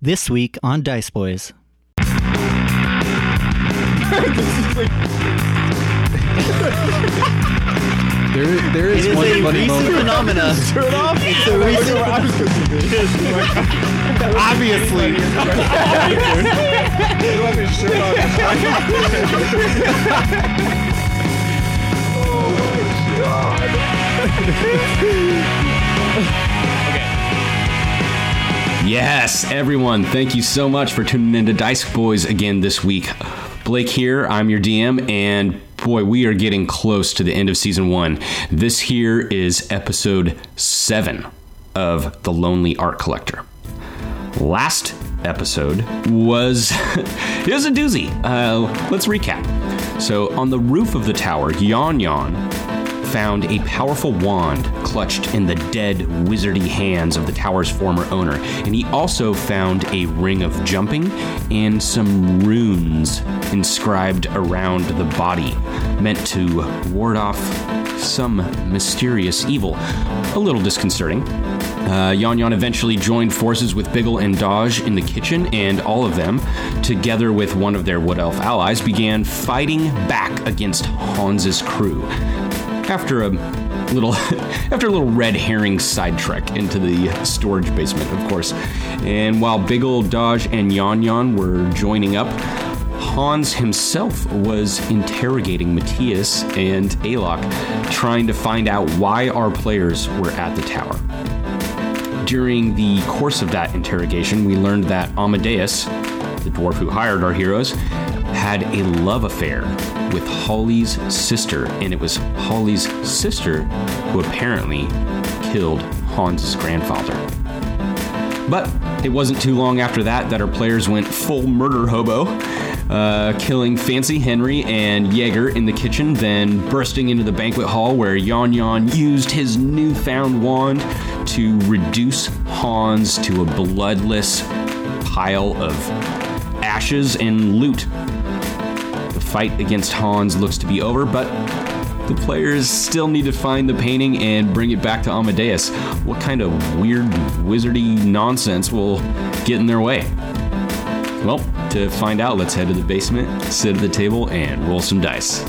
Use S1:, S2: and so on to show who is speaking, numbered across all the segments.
S1: This week on Dice Boys.
S2: There, there
S1: It
S2: is
S1: is
S2: one
S1: a
S2: funny
S1: recent
S2: moment.
S1: phenomena.
S3: Turn off.
S1: It's a recent
S3: Obviously.
S4: Yes, everyone, thank you so much for tuning into Dice Boys again this week. Blake here, I'm your DM, and boy, we are getting close to the end of season one. This here is episode seven of The Lonely Art Collector last episode was it was a doozy. Uh, let's recap. So on the roof of the tower, Yon Yon found a powerful wand clutched in the dead wizardy hands of the tower's former owner, and he also found a ring of jumping and some runes inscribed around the body, meant to ward off some mysterious evil. A little disconcerting. Uh, Yon Yon eventually joined forces with Biggle and Dodge in the kitchen, and all of them, together with one of their Wood Elf allies, began fighting back against Hans's crew. After a little, after a little red herring sidetrack into the storage basement, of course. And while Biggle, Dodge, and Yon Yon were joining up, Hans himself was interrogating Matthias and Alok, trying to find out why our players were at the tower. During the course of that interrogation, we learned that Amadeus, the dwarf who hired our heroes, had a love affair with Holly's sister, and it was Holly's sister who apparently killed Hans's grandfather. But it wasn't too long after that that our players went full murder hobo, uh, killing Fancy Henry and Jaeger in the kitchen, then bursting into the banquet hall where Yon Yon used his newfound wand to reduce Hans to a bloodless pile of ashes and loot. The fight against Hans looks to be over, but the players still need to find the painting and bring it back to Amadeus. What kind of weird, wizardy nonsense will get in their way? Well, to find out, let's head to the basement, sit at the table, and roll some dice.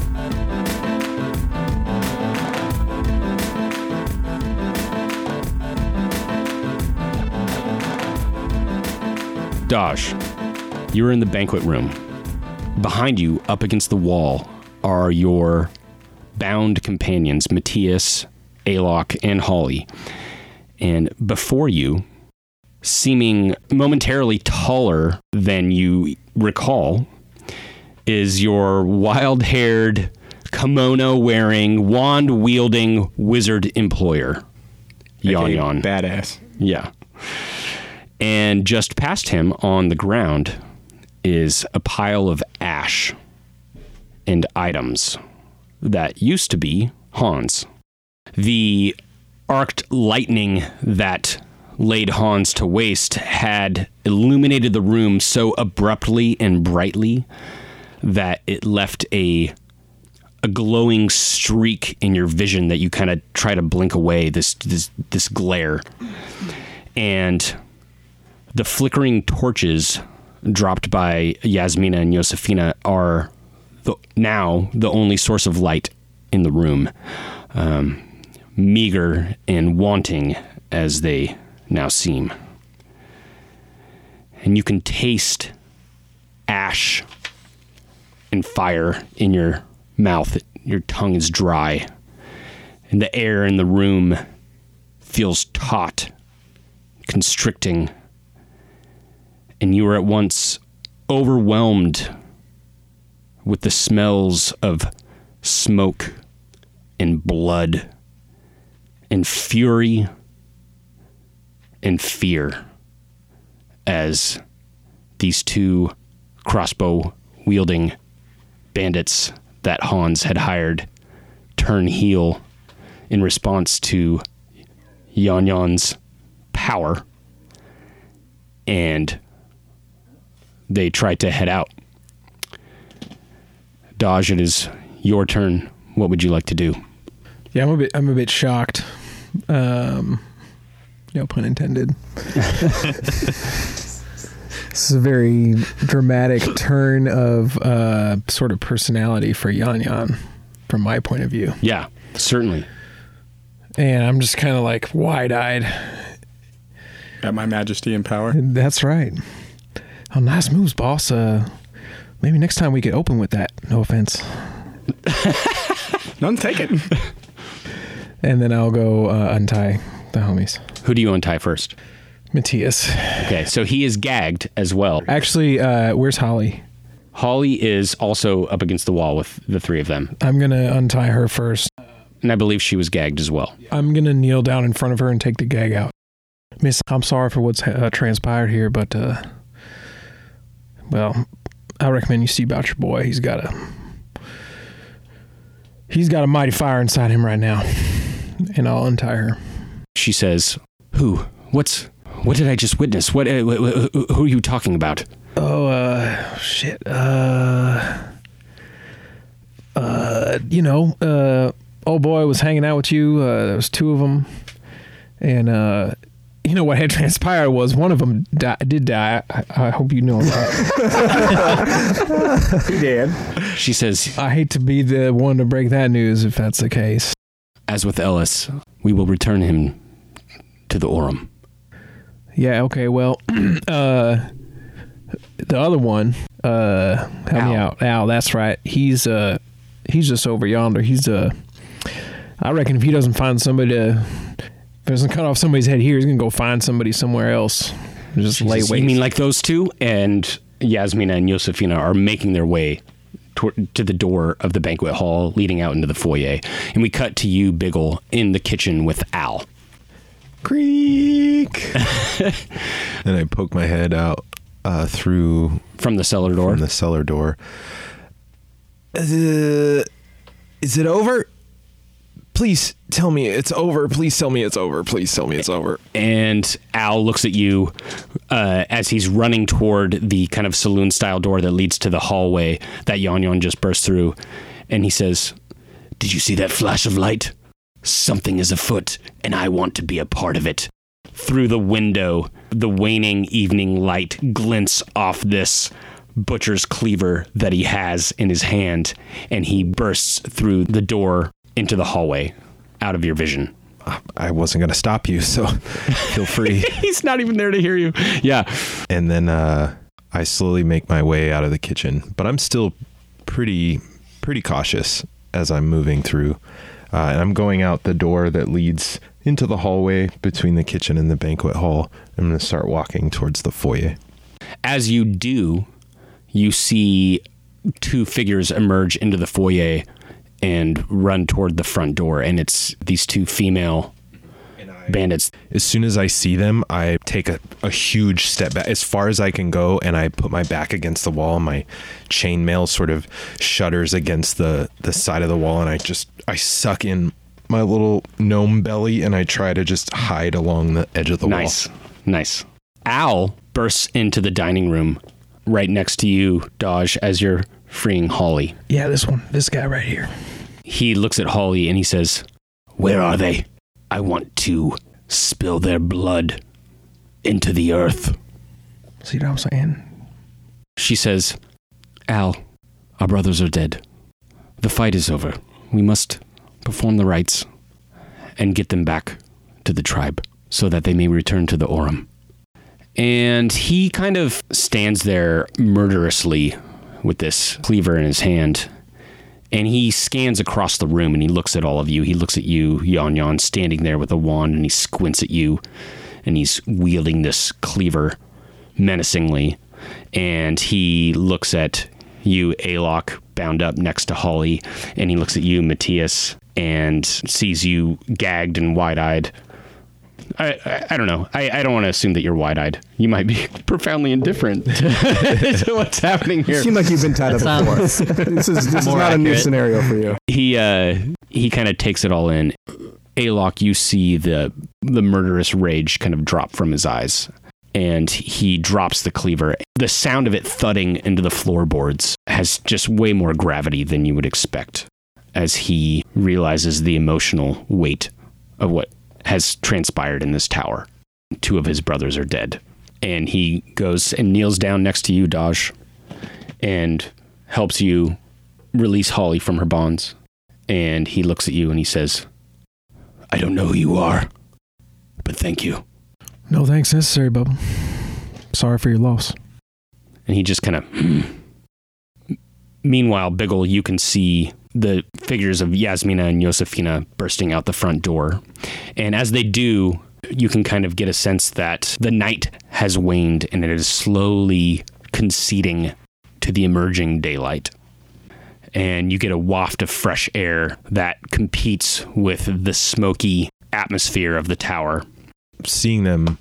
S4: Dosh, you're in the banquet room. Behind you, up against the wall, are your bound companions, Matthias, Alok, and Holly. And before you, seeming momentarily taller than you recall, is your wild haired, kimono wearing, wand wielding wizard employer, Yon
S3: Okay,
S4: Yon.
S3: Badass.
S4: Yeah. And just past him on the ground is a pile of ash and items that used to be Hans. The arced lightning that laid Hans to waste had illuminated the room so abruptly and brightly that it left a a glowing streak in your vision that you kind of try to blink away this this this glare and the flickering torches dropped by Yasmina and Josefina are the, now the only source of light in the room, um, meager and wanting as they now seem. And you can taste ash and fire in your mouth. Your tongue is dry, and the air in the room feels taut constricting, and you are at once overwhelmed with the smells of smoke and blood and fury and fear as these two crossbow wielding bandits that Hans had hired turn heel in response to Yon Yon's power and they tried to head out. Dodge, it is your turn. What would you like to do?
S3: Yeah, I'm a bit. I'm a bit shocked. Um, no pun intended. This is a very dramatic turn of uh, sort of personality for Yan Yan, from my point of view.
S2: Yeah, certainly.
S3: And I'm just kind of like wide eyed.
S5: At my majesty and power.
S3: That's right. Oh, nice moves, boss. Uh, maybe next time we could open with that. No offense.
S5: None taken.
S3: And then I'll go uh, untie the homies.
S2: Who do you untie first?
S3: Matthias.
S2: Okay, so he is gagged as well.
S3: Actually, uh, where's Holly?
S2: Holly is also up against the wall with the three of them,
S3: I'm going to untie her first.
S2: and I believe she was gagged as well.
S3: I'm going to kneel down in front of her and take the gag out. Miss, I'm sorry for what's uh, transpired here, but, uh, well, I recommend you see about your boy. He's got a. He's got a mighty fire inside him right now. And I'll untie her.
S2: She says, "Who? What's? What did I just witness? What? Uh, wh- wh- who are you talking about?"
S3: Oh, uh, shit. Uh, uh, you know, uh, old boy was hanging out with you. Uh, there was two of them, and uh, you know what had transpired was one of them di- did die. I, I hope you know that.
S2: She says,
S3: I hate to be the one to break that news if that's the case.
S2: "As with Ellis, we will return him to the Orem."
S3: Yeah. Okay. Well, uh, the other one, uh, help me
S2: Al.
S3: out. Al. That's right. He's uh, he's just over yonder. He's uh, I reckon if he doesn't find somebody to, if he doesn't cut off somebody's head here, he's gonna go find somebody somewhere else. and Just lay
S2: Jesus,
S3: waste.
S2: You mean like those two? And Yasmina and Yosefina are making their way toward, to the door of the banquet hall leading out into the foyer. And we cut to you, Biggle, in the kitchen with Al.
S6: Creak. and I poke my head out uh, through
S2: From the cellar door.
S6: from the cellar door. Uh, is it over? Please tell me it's over. Please tell me it's over. Please tell me it's over.
S2: and Al looks at you uh, as he's running toward the kind of saloon style door that leads to the hallway that Yon Yon just burst through. And he says, Did you see that flash of light? Something is afoot, and I want to be a part of it. Through the window, the waning evening light glints off this butcher's cleaver that he has in his hand, and he bursts through the door into the hallway, out of your vision.
S6: I wasn't going to stop you, so feel free.
S2: He's not even there to hear you. Yeah.
S6: and then uh, I slowly make my way out of the kitchen, but I'm still pretty pretty cautious as I'm moving through, uh, and I'm going out the door that leads into the hallway between the kitchen and the banquet hall. I'm going to start walking towards the foyer.
S2: as you do, you see two figures emerge into the foyer and run toward the front door, and it's these two female bandits.
S6: As soon as I see them, I take a, a huge step back as far as I can go, and I put my back against the wall. My chainmail sort of shudders against the the side of the wall, and I just I suck in my little gnome belly, and I try to just hide along the edge of the
S2: Nice, nice. Al bursts into the dining room right next to you, Dodge, as you're freeing Holly.
S3: yeah, this one, this guy right here.
S2: He looks at Holly and he says, Where are they? I want to spill their blood into the earth.
S3: See what I'm saying?
S2: She says, Al, our brothers are dead. The fight is over. We must perform the rites and get them back to the tribe so that they may return to the Orem. And he kind of stands there murderously with this cleaver in his hand. And he scans across the room and he looks at all of you. He looks at you, Yon Yon, standing there with a wand and he squints at you and he's wielding this cleaver menacingly and he looks at you, Alok, bound up next to Holly, and he looks at you, Matthias, and sees you gagged and wide-eyed. I, I, I don't know. I, I don't want to assume that you're wide-eyed. You might be profoundly indifferent to what's happening here.
S7: seem like you've been tied up before.
S2: um,
S1: Sounds-
S7: this is, this is
S1: More
S7: not a new
S1: accurate.
S7: scenario for you.
S2: he uh he kind of takes it all in. Alok, you see the the murderous rage kind of drop from his eyes, and he drops the cleaver. The sound of it thudding into the floorboards has just way more gravity than you would expect, as he realizes the emotional weight of what has transpired in this tower. Two of his brothers are dead, and he goes and kneels down next to you, Dodge, and helps you release Holly from her bonds. And he looks at you and he says, I don't know who you are, but thank you.
S3: No thanks necessary, Bubba. Sorry for your loss.
S2: and he just kind of. Meanwhile, Biggle, you can see the figures of Yasmina and Yosefina bursting out the front door, and as they do, you can kind of get a sense that the night has waned and it is slowly conceding to the emerging daylight. And you get a waft of fresh air that competes with the smoky atmosphere of the tower.
S6: seeing them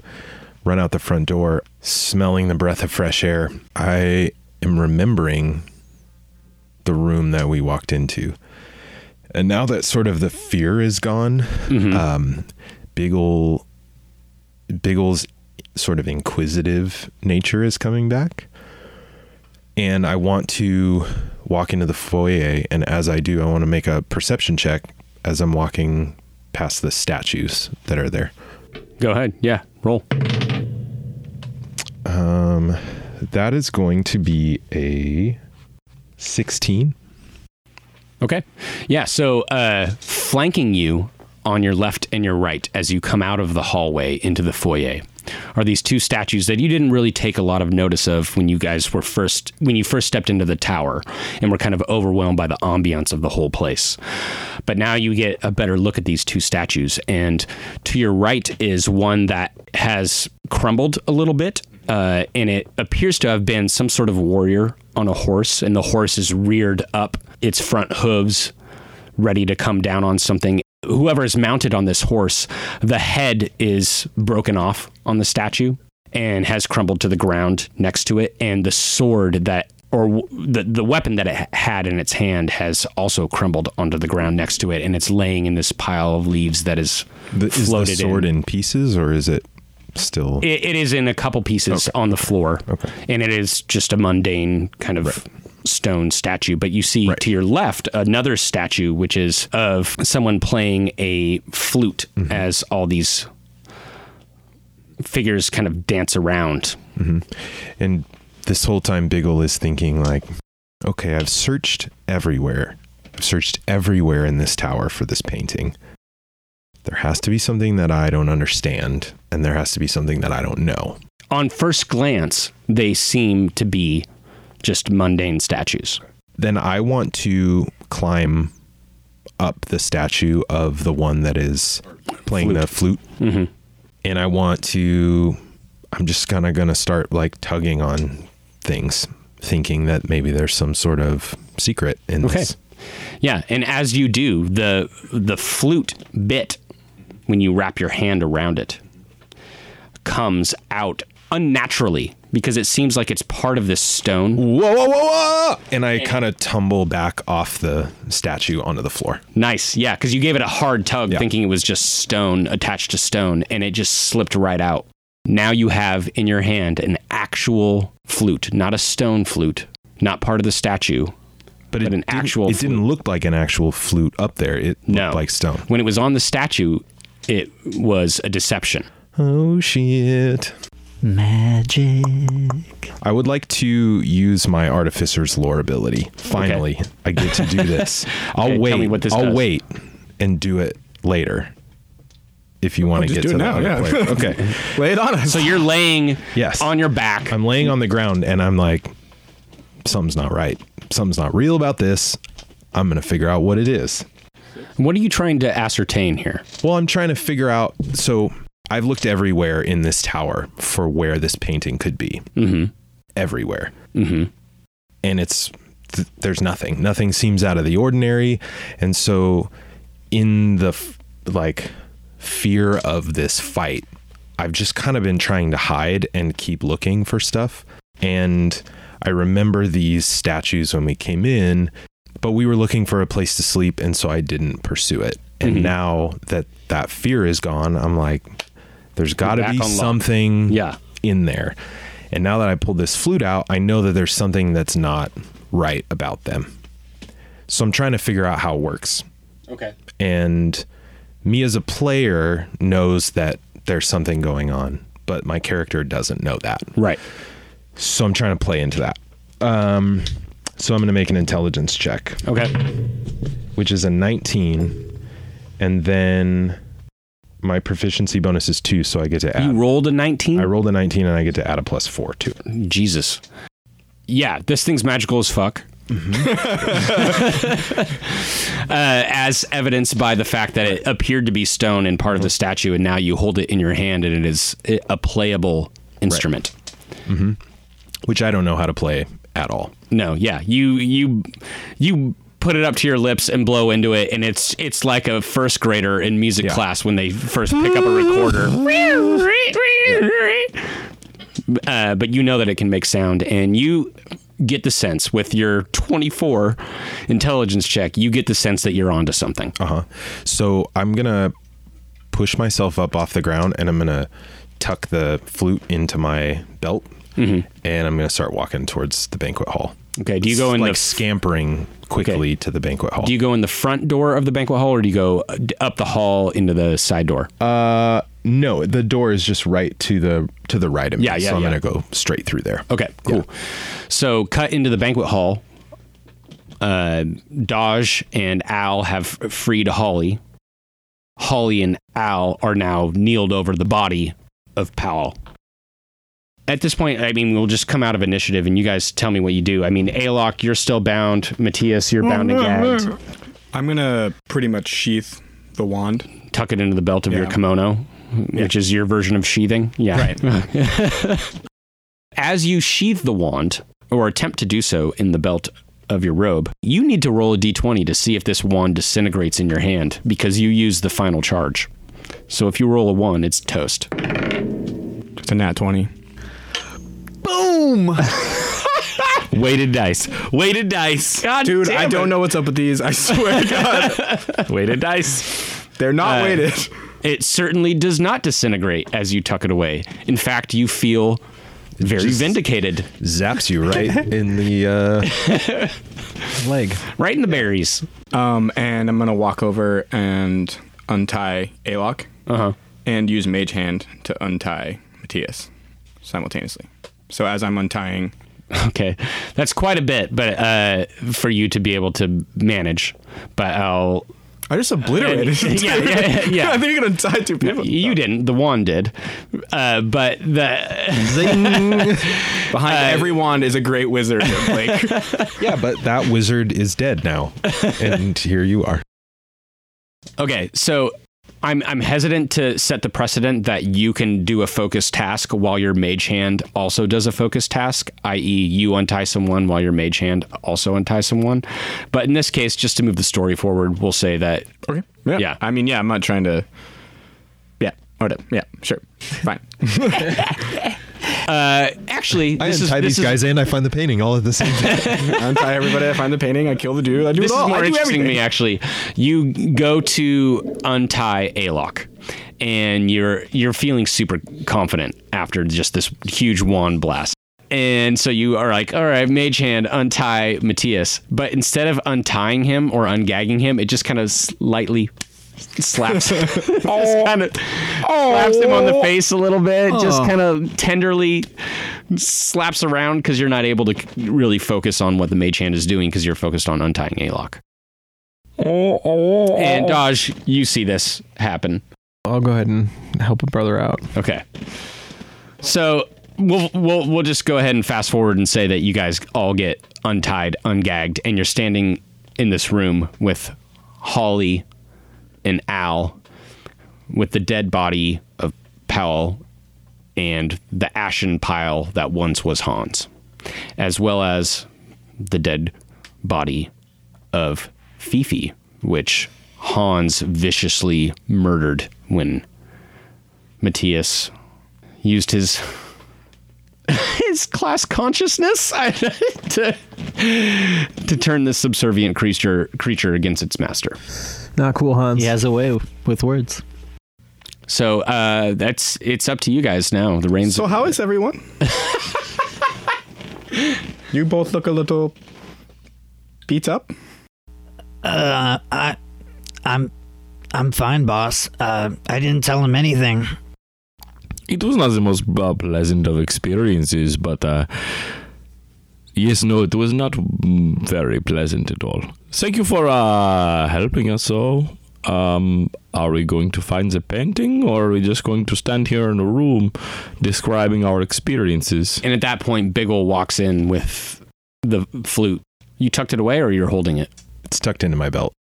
S6: run out the front door, smelling the breath of fresh air, I am remembering the room that we walked into. And now that sort of the fear is gone, um, Biggle, Biggle's sort of inquisitive nature is coming back. And I want to walk into the foyer. And as I do, I want to make a perception check as I'm walking past the statues that are there.
S2: Go ahead. Yeah, roll.
S6: Um, that is going to be a 16.
S2: Okay. Yeah. So, uh, flanking you on your left and your right as you come out of the hallway into the foyer are these two statues that you didn't really take a lot of notice of when you guys were first when you first stepped into the tower and were kind of overwhelmed by the ambiance of the whole place. But now you get a better look at these two statues and to your right is one that has crumbled a little bit uh, and it appears to have been some sort of warrior on a horse, and the horse is reared up its front hooves, ready to come down on something. Whoever is mounted on this horse, the head is broken off on the statue and has crumbled to the ground next to it, and the sword that or w- the the weapon that it had in its hand has also crumbled onto the ground next to it, and it's laying in this pile of leaves that is
S6: The, is the
S2: floated
S6: sword
S2: in.
S6: in. pieces or is it still?
S2: It, it is in a couple pieces on the floor,
S6: Okay.
S2: and it is just a mundane kind of stone statue. But you see
S6: Right.
S2: to your left another statue, which is of someone playing a flute
S6: Mm-hmm.
S2: as all these figures kind of dance around.
S6: Mm-hmm. and this whole time, Biggle is thinking, like, okay, I've searched everywhere. I've searched everywhere in this tower for this painting. There has to be something that I don't understand, and there has to be something that I don't know.
S2: On first glance, they seem to be just mundane statues.
S6: Then I want to climb up the statue of the one that is playing the flute.
S2: hmm
S6: and I want to. I'm just kind of gonna start like tugging on things, thinking that maybe there's some sort of secret in
S2: Okay.
S6: this.
S2: Yeah, and as you do, the the flute bit when you wrap your hand around it comes out unnaturally because it seems like it's part of this stone.
S6: Whoa, whoa, whoa, whoa! And I kind of tumble back off the statue onto the floor.
S2: Nice. Yeah, cuz you gave it a hard tug
S6: Yeah.
S2: thinking it was just stone attached to stone and it just slipped right out. Now you have in your hand an actual flute, not a stone flute, not part of the statue. But an
S6: didn't-
S2: actual
S6: It didn't look like an actual flute up there. It
S2: No.
S6: looked like stone.
S2: When it was on the statue, it was a deception.
S6: Oh shit!
S1: Magic.
S6: I would like to use my artificer's lore ability. Finally, I get to do this. I'll
S2: Okay, tell
S6: wait.
S2: me what this
S6: I'll
S2: does.
S6: wait and do it later. If you want to
S5: just
S6: get
S5: do
S6: to
S5: it now,
S6: that
S5: yeah.
S6: other player. Okay.
S5: Lay it on us.
S2: So you're laying
S6: Yes.
S2: on your back.
S6: I'm laying on the ground and I'm like, something's not right. Something's not real about this. I'm gonna figure out what it is.
S2: What are you trying to ascertain here?
S6: Well, I'm trying to figure out. So I've looked everywhere in this tower for where this painting could be.
S2: Mm-hmm.
S6: Everywhere.
S2: Mm-hmm.
S6: and it's th- there's nothing. Nothing seems out of the ordinary, and so in the f- like fear of this fight, I've just kind of been trying to hide and keep looking for stuff. And I remember these statues when we came in, but we were looking for a place to sleep, and so I didn't pursue it. And
S2: Mhm.
S6: now that that fear is gone, I'm like, there's got to
S2: back
S6: be
S2: on lock.
S6: something
S2: Yeah.
S6: in there. And now that I pulled this flute out, I know that there's something that's not right about them. So I'm trying to figure out how it works.
S2: Okay.
S6: And me as a player knows that there's something going on, but my character doesn't know that.
S2: Right.
S6: So I'm trying to play into that. Um, so I'm going to make an intelligence check,
S2: Okay.
S6: which is a 19, and then my proficiency bonus is two, so I get to add.
S2: You rolled a 19?
S6: I rolled a 19, and I get to add a plus four to it.
S2: Jesus. Yeah, this thing's magical as fuck. uh, as evidenced by the fact that it appeared to be stone and part of the statue, and now you hold it in your hand and it is i- a playable instrument.
S6: Which I don't know how to play at all.
S2: No, yeah, you you you put it up to your lips and blow into it, and it's it's like a first grader in music
S6: Yeah.
S2: class when they first pick up a recorder. uh, but you know that it can make sound, and you get the sense with your 24 intelligence check, you get the sense that you're onto something.
S6: Uh huh. So I'm gonna push myself up off the ground, and I'm gonna tuck the flute into my belt, and I'm gonna start walking towards the banquet hall.
S2: Okay, do Mm-hmm. you go in
S6: like
S2: the-
S6: scampering quickly to the banquet hall?
S2: Do you go in the front door of the banquet hall, or do you go uh, up the hall into the side door?
S6: uh, no, the door is just right to the to the right of me.
S2: Yeah, yeah,
S6: So I'm
S2: yeah.
S6: gonna go straight through there.
S2: Okay, cool. So cut into the banquet hall. Uh, Dodge and Al have freed Holly. Holly and Al are now kneeled over the body of Powell. At this point, I mean, we'll just come out of initiative and you guys tell me what you do. I mean, Alok, you're still bound. Matthias, you're bound and gagged.
S5: I'm gonna pretty much sheath the wand.
S2: Tuck it into the belt of your
S5: Yeah.
S2: kimono, which is your version of sheathing. Yeah. As you sheathe the wand, or attempt to do so in the belt of your robe, you need to roll a d20 to see if this wand disintegrates in your hand because you use the final charge. So if you roll a one, it's toast.
S5: It's a nat twenty.
S8: Weighted dice. Weighted dice.
S2: God
S5: Dude, I don't know what's up with these. I swear to God,
S8: Weighted dice.
S5: they're not weighted.
S2: It certainly does not disintegrate as you tuck it away. In fact, you feel very
S6: Just-
S2: vindicated,
S6: Zaps you right in the uh, leg.
S2: right in the berries.
S5: Um, and I'm gonna walk over and untie Alok
S2: Uh huh.
S5: and use Mage Hand to untie Matthias simultaneously. So as I'm untying,
S2: Okay, that's quite a bit, but uh, for you to be able to manage. But I'll.
S5: I just obliterated.
S2: Uh, yeah, yeah, yeah.
S5: I think you're gonna tie two people.
S2: You didn't. The wand did, uh, but the
S5: Behind
S2: Uh,
S5: every wand is a great wizard, Blake.
S6: Yeah, but that wizard is dead now, and here you are.
S2: okay. So I'm I'm hesitant to set the precedent that you can do a focus task while your mage hand also does a focus task, i.e., you untie someone while your mage hand also unties someone. But in this case, just to move the story forward, we'll say that
S5: Okay. Yeah.
S2: Yeah.
S5: I mean, yeah, I'm not trying to. Yeah. Whatever. Yeah. Sure. Fine.
S2: uh, actually
S6: I
S2: this is
S6: untie
S2: this
S6: these
S2: is-
S6: guys and I find the painting all at the same time.
S5: Untie everybody. I find the painting. I kill the dude. I do
S2: this
S5: it all.
S2: is more
S5: I do
S2: interesting to
S5: everything.
S2: me actually you go to untie alok and you're you're feeling super confident after just this huge wand blast and so you are like all right mage hand untie matthias but instead of untying him or ungagging him it just kind of slightly slaps just kind of slaps him on the face a little bit just kind of tenderly slaps around because you're not able to c- really focus on what the mage hand is doing because you're focused on untying Alok. And Dodge, you see this happen.
S3: I'll go ahead and help a brother out.
S2: Okay. So we'll we'll we'll just go ahead and fast forward and say that you guys all get untied, ungagged, and you're standing in this room with Holly and Al, with the dead body of Powell and the ashen pile that once was Hans, as well as the dead body of Fifi, which Hans viciously murdered when Matthias used his his class consciousness I- to, to turn this subservient creature creature against its master.
S3: Not cool, Hans.
S1: He has a way with words.
S2: So uh, that's it's up to you guys now. The reins.
S5: So how is everyone? you both look a little beat up.
S9: Uh, I, I'm, I'm fine, boss. Uh, I didn't tell him anything.
S8: it was not the most uh, pleasant of experiences, but uh, yes, no, it was not mm, very pleasant at all. Thank you for uh, helping us all. Um, are we going to find the painting, or are we just going to stand here in a room describing our experiences?
S2: And at that point, Biggle walks in with the flute. You tucked it away, or you're holding it?
S6: It's tucked into my belt.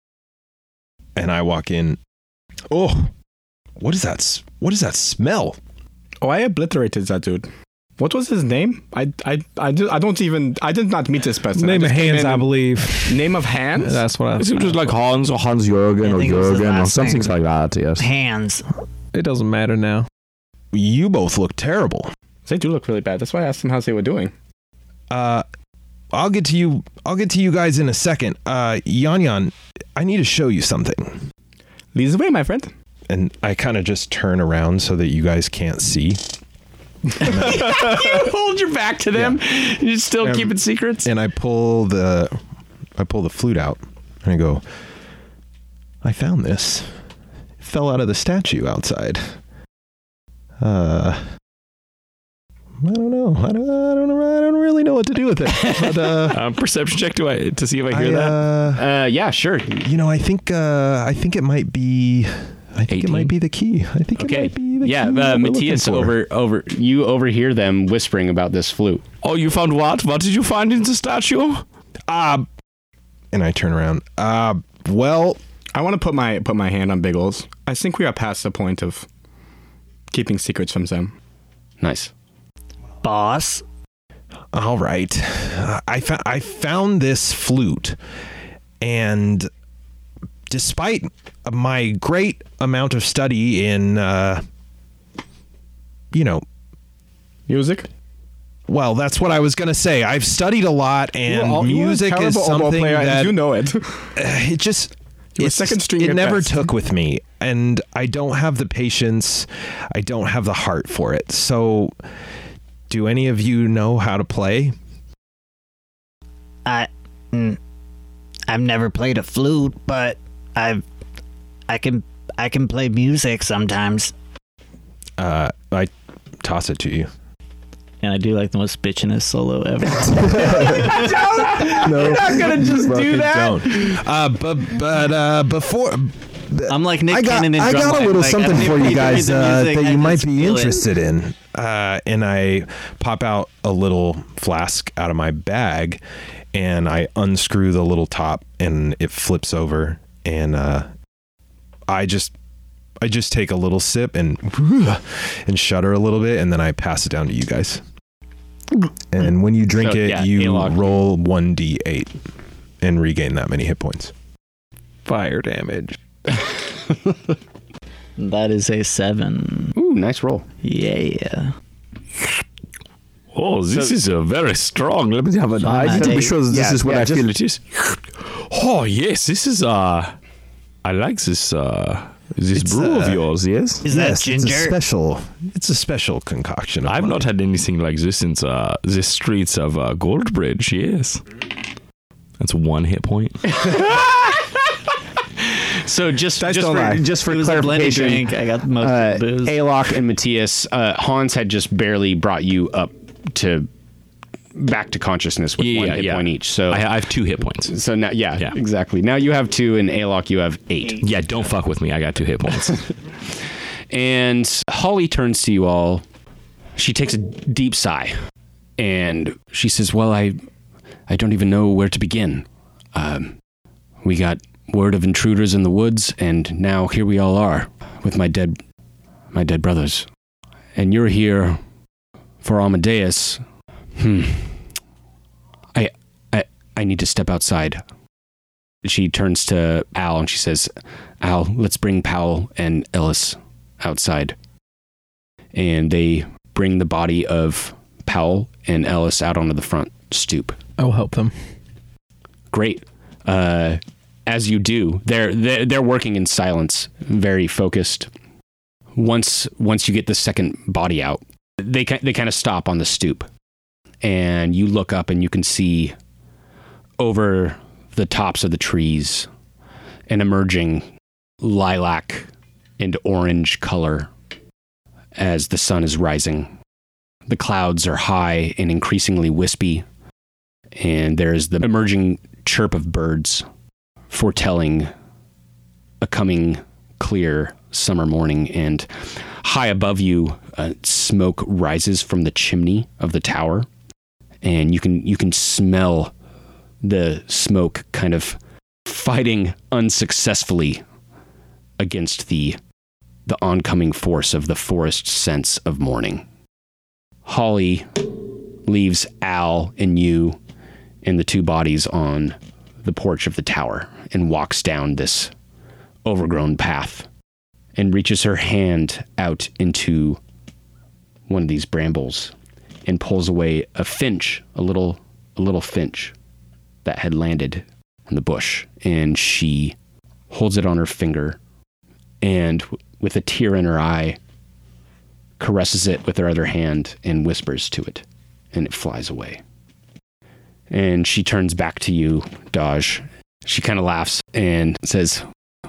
S6: And I walk in. Oh, what is that? s- What is that smell?
S5: Oh, I obliterated that dude. What was his name? I I I, do, I don't even I did not meet this person. I
S3: Name of
S5: just came
S3: hands,
S5: in
S3: I
S5: and-
S3: believe.
S5: Name of hands.
S3: That's what I.
S8: It was like Hans or Hans Jürgen
S9: I
S8: or
S9: think it was his
S8: Jürgen or
S9: last
S8: something
S9: name.
S8: like that. Yes.
S9: Hands.
S3: It doesn't matter now.
S6: You both look terrible.
S5: They do look really bad. That's why I asked them how they were doing.
S6: Uh, I'll get to you. I'll get to you guys in a second. Uh, Yan Yan, I need to show you something.
S5: Lead the way, my friend.
S6: And I kind of just turn around so that you guys can't see.
S4: you hold your back to them. You're still
S6: Um,
S4: keeping secrets.
S6: and I pull the I pull the flute out and I go I found this. It fell out of the statue outside. Uh I don't know. I don't, I don't know. I don't really know what to do with it. But uh
S8: Um, perception check to I, to see if I
S6: I,
S8: hear that.
S6: uh,
S4: Uh, yeah, sure.
S6: you know, I think uh I think it might be I think it
S2: 18?
S6: might be the key. I think it
S2: Okay.
S6: might be the
S2: yeah,
S6: key.
S2: uh,
S6: that we're looking
S2: Matthias
S6: for.
S2: over over you overhear them whispering about this flute.
S8: Oh, you found what? What did you find in the statue?
S6: Uh, and I turn around. Uh well,
S5: I want to put my put my hand on Biggles. I think we are past the point of keeping secrets from them.
S2: Nice.
S9: Boss.
S6: All right. I, fo- I found this flute, and despite my great amount of study in, uh, you know,
S5: Music.
S6: well, that's what I was going to say. I've studied a lot,
S5: You are
S6: and
S5: all- you are a
S6: music is
S5: terrible oboe
S6: something
S5: player, and
S6: that
S5: you know it.
S6: it just
S5: You're a
S6: it's-
S5: second string
S6: It
S5: at
S6: never
S5: best.
S6: took with me, and I don't have the patience. I don't have the heart for it. So, do any of you know how to play?
S9: I. Mm, I've never played a flute, but I've. I can. I can play music sometimes.
S6: Uh, I toss it to you.
S10: And I do like the most bitchinest solo ever.
S7: no, you're not gonna just do that.
S6: Uh, but but uh, before
S10: I'm like Nick
S6: I got
S10: Cannon and
S6: I got a little something for you guys uh, that you might be
S10: interested.
S6: interested in. Uh, and I pop out a little flask out of my bag, and I unscrew the little top, and it flips over, and uh, I just I just take a little sip and and shudder a little bit, and then I pass it down to you guys. And when you drink
S2: So,
S6: it,
S2: yeah,
S6: you
S2: analog.
S6: roll one d eight and regain that many hit points.
S3: Fire damage.
S10: That is a seven.
S2: Ooh, nice roll.
S10: Yeah.
S8: Oh, this
S2: So-
S8: is a very strong. Let me have an
S10: So
S8: I need to be
S10: take-
S8: sure this
S6: yeah,
S8: is what
S6: yeah,
S8: I
S6: just-
S8: feel it is. Oh yes, this is uh I like this uh this
S6: It's,
S8: brew
S6: uh,
S8: of yours, yes.
S9: Is that
S6: Yes, It's a
S9: ginger?
S6: special. It's a special concoction. Of
S8: I've
S6: mine.
S8: not had anything like this since uh the streets of uh, Goldbridge, yes. That's one hit point.
S2: So just
S5: Dice
S2: just
S5: don't lie.
S2: for, just for
S10: it was a blended
S2: clarification,
S10: drink. I got most
S2: uh,
S10: of the booze.
S2: Alok and Matthias, uh, Hans had just barely brought you up to back to consciousness with one hit point each. So
S8: I, I have two hit points.
S2: so now yeah,
S8: Yeah.
S2: exactly. Now you have two, and Alok you have eight.
S8: Yeah, don't fuck with me. I got two hit points.
S2: And Holly turns to you all. She takes a deep sigh and she says, "Well, I, I don't even know where to begin. Um, we got word of intruders in the woods, and now here we all are with my dead, my dead brothers, and you're here for Amadeus. Hmm. I, I, I need to step outside." She turns to Al and she says, "Al, let's bring Powell and Ellis outside. And they bring the body of Powell and Ellis out onto the front stoop.
S3: I'll help them.
S2: Great. Uh, as you do, they're, they're they're working in silence, very focused. Once once you get the second body out, they ki- they kind of stop on the stoop, and you look up and you can see over the tops of the trees an emerging lilac and orange color as the sun is rising. The clouds are high and increasingly wispy, and there is the emerging chirp of birds foretelling a coming clear summer morning. And high above you, uh, smoke rises from the chimney of the tower, and you can you can smell the smoke kind of fighting unsuccessfully against the the oncoming force of the forest sense of morning. Holly leaves Al and you and the two bodies on the porch of the tower and walks down this overgrown path and reaches her hand out into one of these brambles and pulls away a finch, a little a little finch that had landed in the bush and she holds it on her finger and w- with a tear in her eye caresses it with her other hand and whispers to it and it flies away and she turns back to you dodge she kind of laughs and says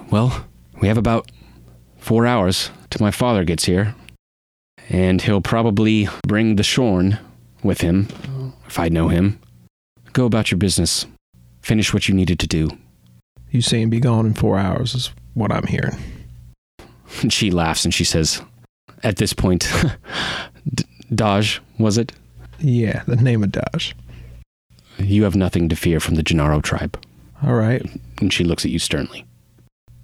S2: well we have about four hours till my father gets here and he'll probably bring the shorn with him if i know him go about your business finish what you needed to do
S3: You saying be gone in four hours is what I'm hearing.
S2: And she laughs and she says, At this point, D- Daj, was it?
S3: Yeah, the name of Dodge.
S2: You have nothing to fear from the Gennaro tribe.
S3: All right,
S2: And she looks at you sternly.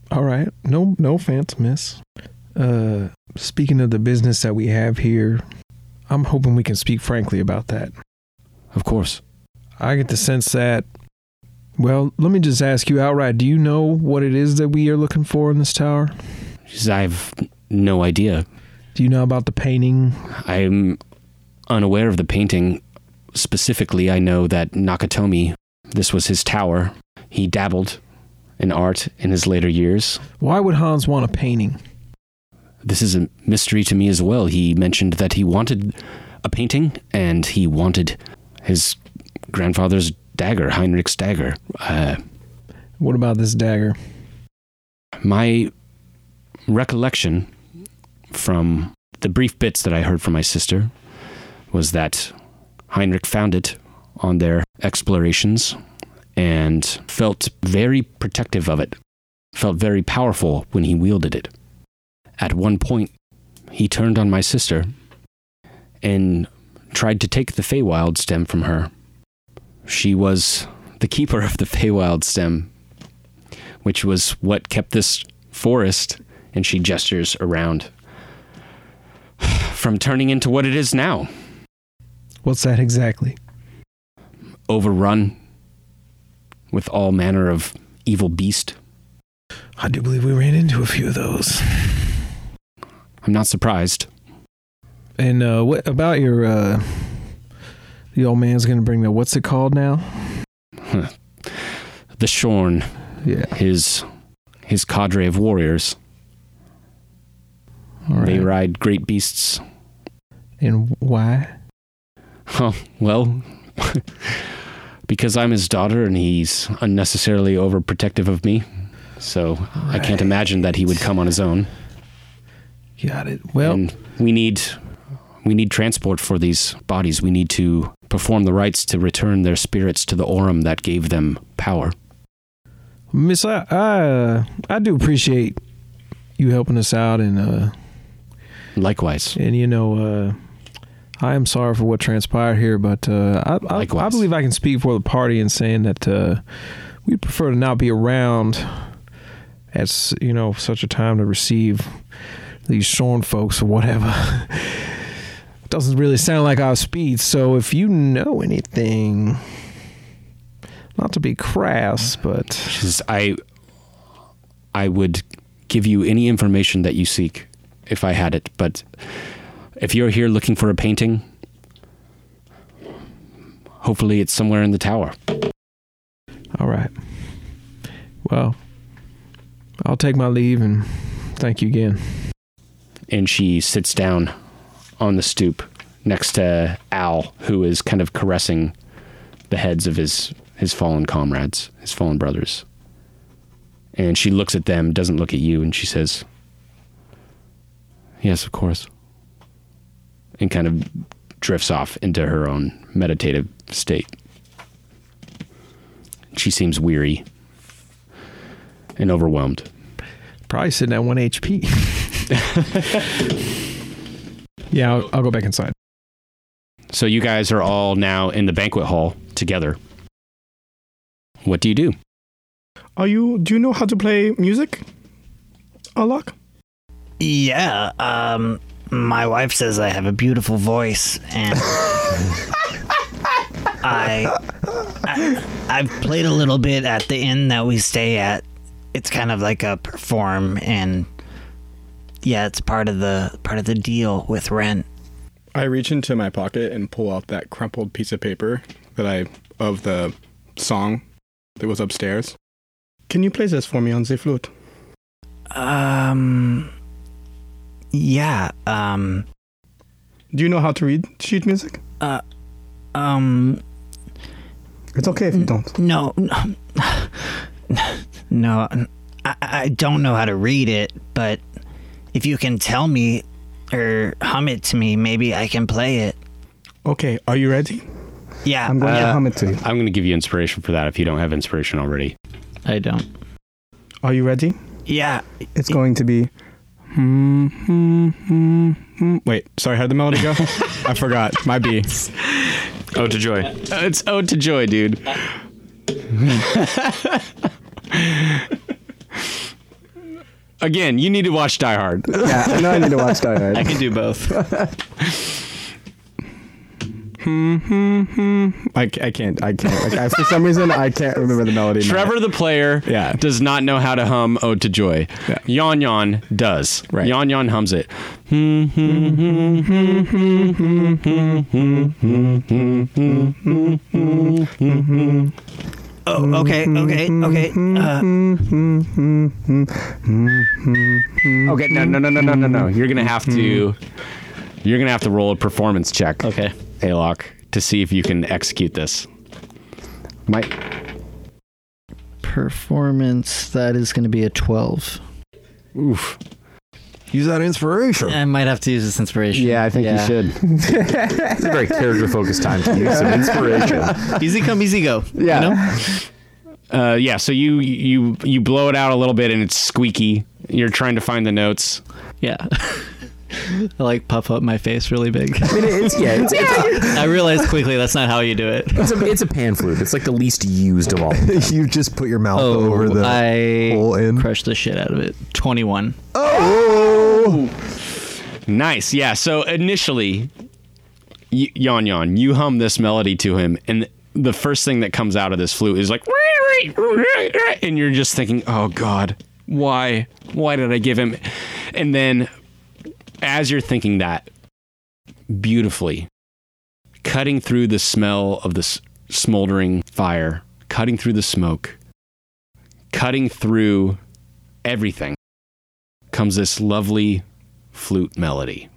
S3: all right. No, no offense, miss. Uh, speaking of the business that we have here, I'm hoping we can speak frankly about that.
S2: Of course.
S3: I get the sense that. Well, let me just ask you outright. Do you know what it is that we are looking for in this tower?
S2: She says, I have no idea.
S3: Do you know about the painting?
S2: I'm unaware of the painting. Specifically, I know that Nakatomi, this was his tower. He dabbled in art in his later years.
S3: Why would Hans want a painting?
S2: This is a mystery to me as well. He mentioned that he wanted a painting and he wanted his grandfather's dagger, Heinrich's dagger. Uh,
S3: What about this dagger?
S2: my recollection from the brief bits that I heard from my sister was that Heinrich found it on their explorations and felt very protective of it, felt very powerful when he wielded it. At one point, he turned on my sister and tried to take the Feywild stem from her. She was the keeper of the Feywild stem, which was what kept this forest, and she gestures around, from turning into what it is now
S3: What's that exactly?
S2: overrun with all manner of evil beast.
S3: I do believe we ran into a few of those.
S2: I'm not surprised.
S3: And uh, what about your? Uh, the old man's gonna bring the what's it called now?
S2: The Shorn,
S3: Yeah.
S2: his, his cadre of warriors,
S3: All right.
S2: they ride great beasts.
S3: and why?
S2: Oh, well, because I'm his daughter and he's unnecessarily overprotective of me. So I can't imagine that he would come on his own.
S3: Got it. Well,
S2: and we need we need transport for these bodies. We need to perform the rites to return their spirits to the Orum that gave them power.
S3: Miss, I I, uh, I do appreciate you helping us out, and uh,
S2: Likewise,
S3: and you know, uh, I am sorry for what transpired here, but uh, I, I, I
S2: Likewise.
S3: believe I can speak for the party in saying that uh, we'd prefer to not be around at s- you know such a time to receive these shorn folks or whatever. Doesn't really sound like our speed. So if you know anything, not to be crass, but
S2: She says, I I would give you any information that you seek if I had it, but if you're here looking for a painting, hopefully it's somewhere in the tower.
S3: All right. Well, I'll take my leave and thank you again.
S2: and she sits down on the stoop next to Al, who is kind of caressing the heads of his his fallen comrades, his fallen brothers. And she looks at them, doesn't look at you, and she says, "Yes, of course. and kind of drifts off into her own meditative state. She seems weary and overwhelmed.
S3: Probably sitting at one HP. yeah, I'll, I'll go back inside.
S2: So you guys are all now in the banquet hall together. What do you do?
S5: Are you? Do you know how to play music? Alok.
S9: Yeah, um, my wife says I have a beautiful voice, and I, I, I've played a little bit at the inn that we stay at. It's kind of like a perform, and yeah, it's part of the part of the deal with rent.
S5: I reach into my pocket and pull out that crumpled piece of paper that I of the song that was upstairs. Can you play this for me on the flute?
S9: Um. Yeah. Um.
S5: Do you know how to read sheet music?
S9: Uh. Um.
S5: It's okay if you don't.
S9: No. No. No, I, I don't know how to read it, but if you can tell me or hum it to me, maybe I can play it.
S5: Okay, are you ready?
S9: Yeah.
S5: I'm going to
S2: Uh,
S5: hum it to you.
S2: I'm going to give you inspiration for that if you don't have inspiration already.
S10: I don't.
S5: Are you ready?
S9: Yeah.
S5: It's going to be. Hmm, hmm, hmm, hmm. Wait, sorry, how did the melody go? I forgot. My B.
S8: Ode to joy.
S2: Uh, it's ode to joy, dude. Again, you need to watch Die Hard.
S5: Yeah, I know I need to watch Die Hard.
S10: I can do both.
S5: Hmm, hmm, hmm. I, ca- I can't. I can't. Like, I, for some reason, I can't remember the melody. now.
S2: Trevor the player
S5: Yeah.
S2: does not know how to hum Ode to Joy. Yon Yon does.
S5: Right.
S2: Yon Yon hums it.
S9: Oh, okay, okay, okay. Uh,
S2: Okay, no, no, no, no, no, no, no. You're gonna have to You're gonna have to roll a performance check.
S10: Mm-hmm. Okay.
S2: Alok to see if you can execute this. Might
S10: Performance, that is going to be a 12.
S2: oof.
S6: Use that inspiration.
S10: I might have to use this inspiration.
S2: Yeah, I think you should.
S11: It's a very character focused time to use some inspiration.
S10: Easy come, easy go.
S2: Yeah.
S10: You know?
S2: Uh, yeah, so you you you blow it out a little bit and it's squeaky. You're trying to find the notes.
S10: Yeah. I like puff up my face really big.
S11: I mean, it's yeah, it's, it's,
S10: I realized quickly that's not how you do it.
S11: it's, a, it's a pan flute. It's like the least used of all.
S6: you just put your mouth
S10: Oh,
S6: over the
S10: I
S6: hole in.
S10: crushed the shit out of it. 21.
S6: Oh,
S2: Nice. Yeah. So initially, y- Yon Yon, you hum this melody to him, and the first thing that comes out of this flute is like, and you're just thinking, oh God, why? Why did I give him? And then as you're thinking that, beautifully, cutting through the smell of this smoldering fire, cutting through the smoke, cutting through everything, comes this lovely flute melody.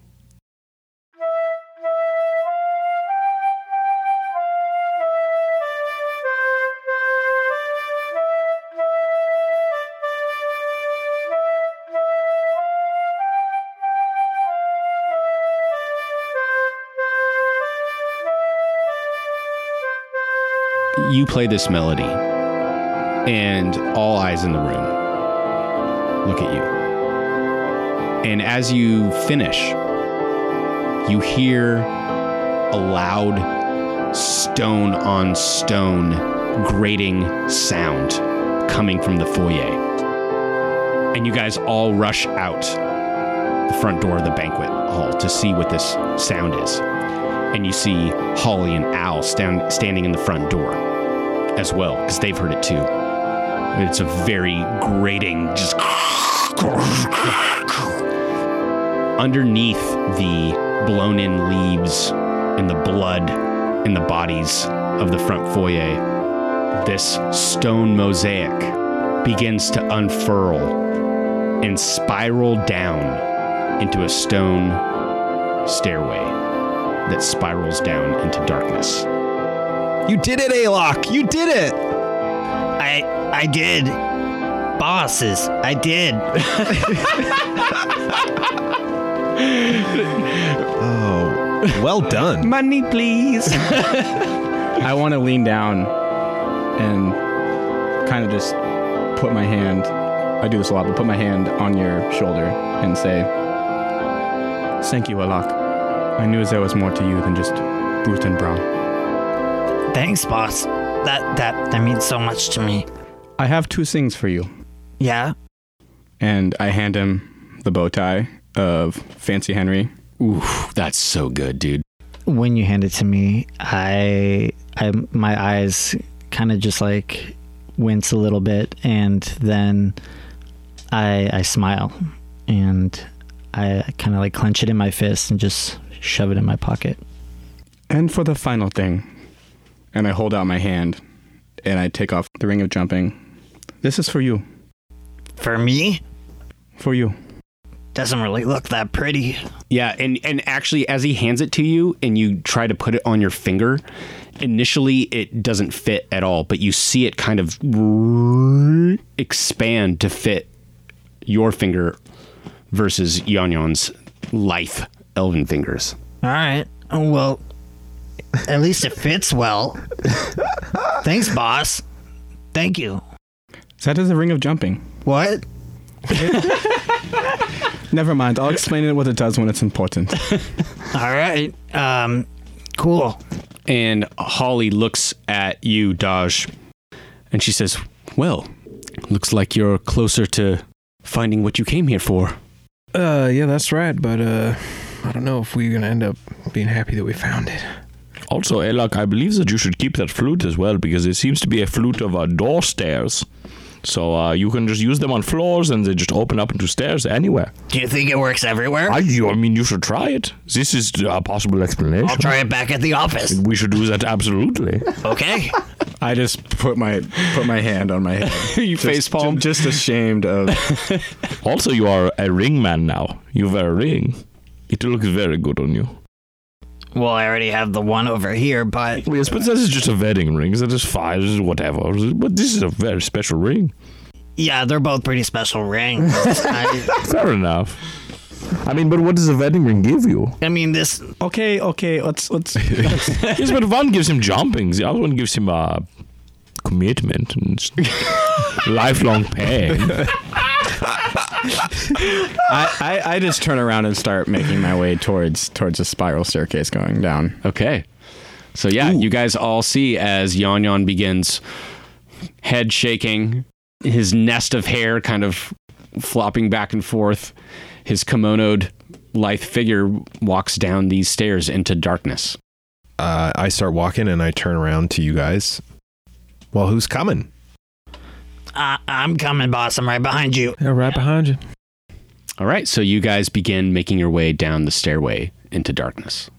S2: You play this melody, and all eyes in the room look at you. And as you finish, you hear a loud stone on stone grating sound coming from the foyer. And you guys all rush out the front door of the banquet hall to see what this sound is. And you see Holly and Al stand, standing in the front door as well, because they've heard it too. And It's a very grating, just underneath the blown in leaves and the blood and the bodies of the front foyer, this stone mosaic begins to unfurl and spiral down into a stone stairway that spirals down into darkness.
S6: you did it, Alok. You did it.
S9: I I did. Bosses, I did.
S6: Oh, Well done.
S7: Money, please.
S5: I want to lean down and kind of just put my hand. I do this a lot, but put my hand on your shoulder and say, "Thank you, Alok. I knew there was more to you than just brute and brawn."
S9: Thanks, boss. That that that means so much to me.
S5: I have two things for you.
S9: Yeah.
S5: And I hand him the bow tie of Fancy Henry.
S2: Ooh, that's so good, dude.
S10: When you hand it to me, I, I my eyes kind of just like wince a little bit, and then I I smile, and I kind of like clench it in my fist and just shove it in my pocket.
S5: And for the final thing, and I hold out my hand and I take off the ring of jumping. This is for you.
S9: For me?
S5: For you.
S9: Doesn't really look that pretty.
S2: Yeah, and and actually, as he hands it to you, and you try to put it on your finger, initially it doesn't fit at all, but you see it kind of expand to fit your finger versus Yanyon's lithe elven fingers.
S9: All right. Oh, Well, at least it fits well. Thanks, boss. Thank you.
S5: That is a ring of jumping.
S9: What?
S5: Never mind. I'll explain it what it does when it's important.
S9: All right. Um, cool.
S2: And Holly looks at you, Daj, and she says, Well, looks like you're closer to finding what you came here for.
S3: Uh, yeah, that's right. But uh, I don't know if we're gonna end up being happy that we found it.
S8: Also, Elok, I believe that you should keep that flute as well because it seems to be a flute of uh, door stairs. So uh, you can just use them on floors and they just open up into stairs anywhere.
S9: Do you think it works everywhere?
S8: I, you- I mean, you should try it. This is a possible explanation.
S9: I'll try it back at the office.
S8: We should do that absolutely.
S9: Okay.
S5: I just put my put my hand on my head.
S2: you
S5: face palm. Just ashamed of.
S8: also, you are a ring man now. You wear a ring. It looks very good on you.
S9: Well, I already have the one over here, but
S8: Yes, but this is just a wedding ring. That is fine. This is whatever. But this is a very special ring.
S9: yeah, they're both pretty special rings. I,
S8: Fair enough. I mean, but what does a wedding ring give you?
S9: I mean, this.
S5: Okay, okay. Let's let's.
S8: yes, but one gives him jumping. The other one gives him uh, commitment and s- lifelong pain.
S5: I, I I just turn around and start making my way towards towards a spiral staircase going down.
S2: Okay. So yeah, you guys all see as Yon Yon begins head shaking, his nest of hair kind of flopping back and forth, his kimonoed lithe figure walks down these stairs into darkness.
S6: Uh, I start walking and I turn around to you guys. Well, who's coming?
S9: I, I'm coming, boss. I'm right behind you.
S3: Yeah, right behind you.
S2: All right, so you guys begin making your way down the stairway into darkness.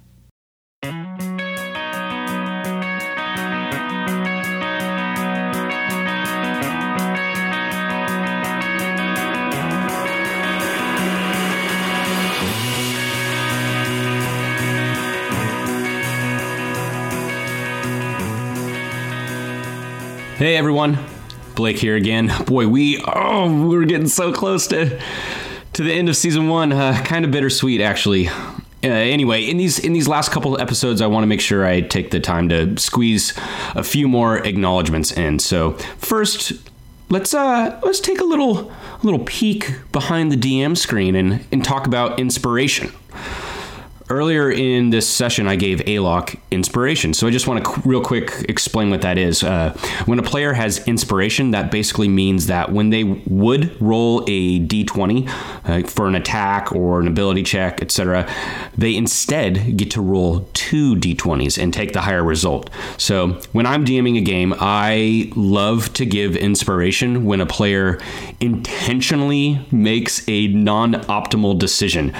S4: Hey everyone, Blake here again. Boy, we oh we're getting so close to to the end of season one. Uh, kind of bittersweet, actually. Uh, anyway, in these in these last couple episodes, I want to make sure I take the time to squeeze a few more acknowledgments in. So first, let's uh let's take a little a little peek behind the DM screen and and talk about inspiration earlier in this session, I gave ALOC inspiration. So I just want to qu- real quick explain what that is. Uh, when a player has inspiration, that basically means that when they would roll a d20 uh, for an attack or an ability check, etc., they instead get to roll two d20s and take the higher result. So when I'm DMing a game, I love to give inspiration when a player intentionally makes a non optimal decision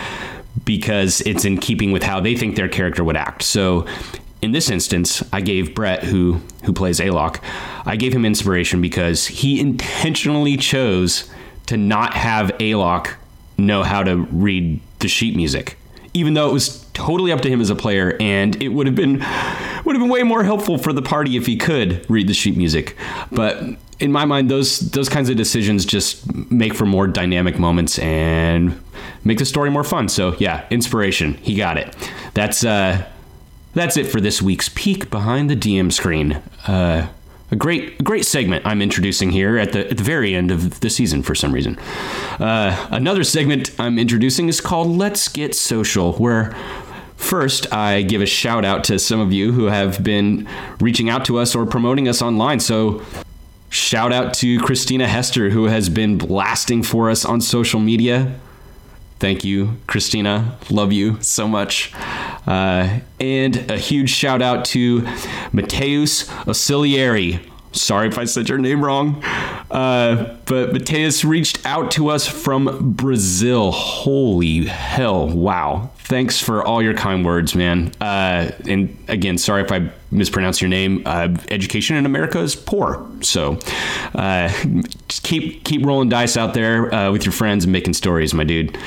S4: because it's in keeping with how they think their character would act. So in this instance, I gave Brett, who who plays Alok, I gave him inspiration because he intentionally chose to not have Alok know how to read the sheet music, even though it was totally up to him as a player, and it would have been would have been way more helpful for the party if he could read the sheet music. But in my mind, those those kinds of decisions just make for more dynamic moments and make the story more fun. So yeah, inspiration. He got it. That's uh, that's it for this week's peek behind the DM screen. Uh, a great, a great segment I'm introducing here at the at the very end of the season for some reason. Uh, another segment I'm introducing is called "Let's Get Social," where First, I give a shout out to some of you who have been reaching out to us or promoting us online. So, shout out to Christina Hester, who has been blasting for us on social media. Thank you, Christina. Love you so much. Uh, and a huge shout out to Mateus Osilieri. Sorry if I said your name wrong. Uh, but Mateus reached out to us from Brazil. Holy hell. Wow. Thanks for all your kind words, man. Uh, and again, sorry if I mispronounce your name. Uh, education in America is poor. So uh, just keep, keep rolling dice out there uh, with your friends and making stories, my dude.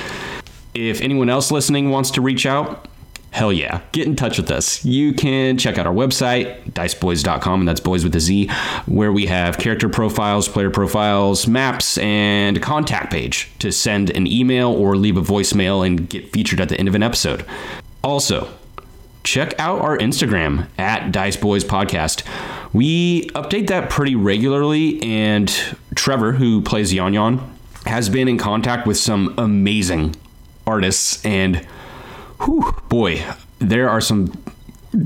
S4: If anyone else listening wants to reach out, Hell yeah. Get in touch with us. You can check out our website, diceboys.com, and that's boys with a Z, where we have character profiles, player profiles, maps, and a contact page to send an email or leave a voicemail and get featured at the end of an episode. Also, check out our Instagram at Dice Boys Podcast. We update that pretty regularly, and Trevor, who plays Yon Yon, has been in contact with some amazing artists and whew, boy, there are some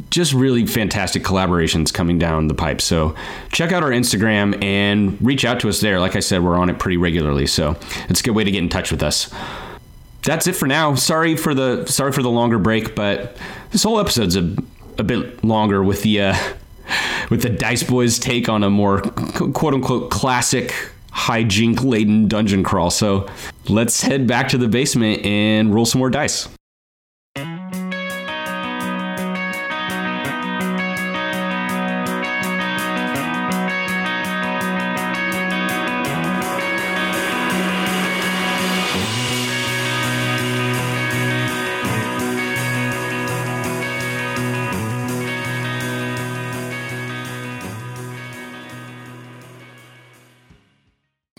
S4: just really fantastic collaborations coming down the pipe. So check out our Instagram and reach out to us there. Like I said, we're on it pretty regularly, so it's a good way to get in touch with us. That's it for now. Sorry for the sorry for the longer break, but this whole episode's a, a bit longer with the uh, with the Dice Boys take on a more quote unquote classic hijink laden dungeon crawl. So let's head back to the basement and roll some more dice.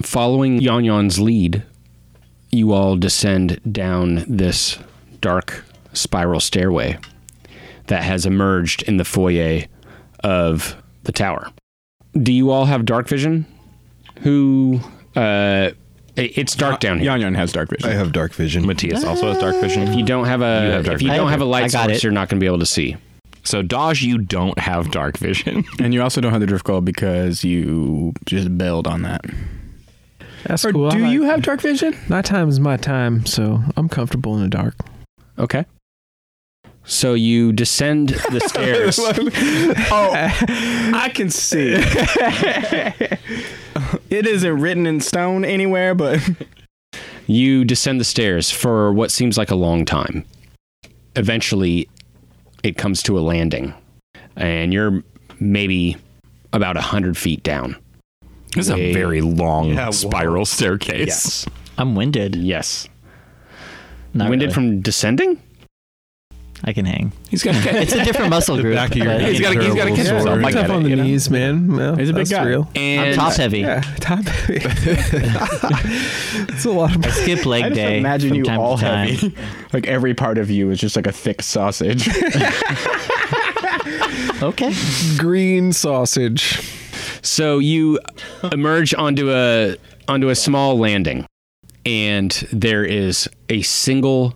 S2: following Yon Yon's lead, you all descend down this dark spiral stairway that has emerged in the foyer of the tower. Do you all have dark vision? Who? Uh, it- it's dark down here.
S5: Yon Yon has dark vision. Mm.
S6: I have dark vision.
S8: Matthias also has dark vision.
S2: If you don't have a,
S8: You have dark
S2: if you
S8: vision.
S2: don't have a
S8: I
S2: light
S8: got
S2: source,
S8: it.
S2: you're not going to be able to see.
S8: So Dodge, you don't have dark vision.
S5: And you also don't have the drift glow because you just build on that.
S3: That's
S5: Or
S3: cool.
S5: do you have dark vision?
S3: Nighttime is my time, so I'm comfortable in the dark.
S2: Okay. So you descend the stairs.
S5: oh, I can see. it isn't written in stone anywhere, but
S2: You descend the stairs for what seems like a long time. Eventually, it comes to a landing, and you're maybe about 100 feet down.
S8: It's a
S2: Way-
S8: very long
S2: Yeah, whoa.
S8: spiral staircase.
S2: Yes.
S10: I'm winded.
S2: Yes.
S10: Not
S2: Winded
S10: really.
S2: from descending?
S10: I can hang.
S8: He's got
S10: It's a different muscle group.
S6: Uh,
S10: but-
S8: He's got he's got to catch himself. I
S3: Tough
S8: get
S3: on
S8: it,
S3: the
S8: you know?
S3: knees, man. Well,
S5: He's a big
S3: that's
S5: guy.
S3: real.
S10: I'm
S2: And
S10: top heavy.
S3: Yeah, top heavy. it's a lot of
S10: I skip leg
S5: I just
S10: day.
S5: imagine
S10: from
S5: you
S10: time
S5: all
S10: to time.
S5: heavy. like every part of you is just like a thick sausage.
S10: Okay.
S3: green sausage.
S2: so you emerge onto a onto a small landing, and there is a single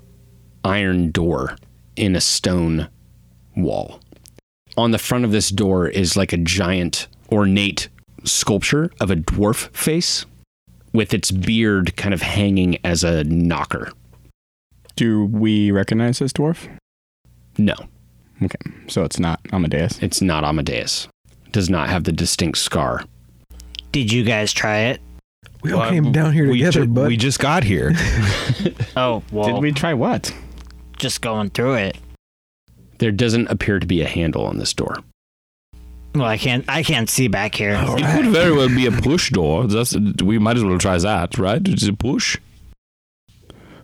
S2: iron door in a stone wall. On the front of this door is like a giant ornate sculpture of a dwarf face with its beard kind of hanging as a knocker.
S5: Do we recognize this dwarf?
S2: No,
S5: So it's not Amadeus.
S2: it's not Amadeus. Does not have the distinct scar.
S9: Did you guys try it?
S3: We all came down here
S6: we
S3: together,
S6: ju-
S3: but
S6: we just got here.
S9: Oh,
S5: Did
S9: well,
S5: we try what?
S9: just going through it.
S2: There doesn't appear to be a handle on this door.
S9: Well, I can't. I can't see back here.
S8: It could very well be a push door. That's we might as well try that, right? It's a push.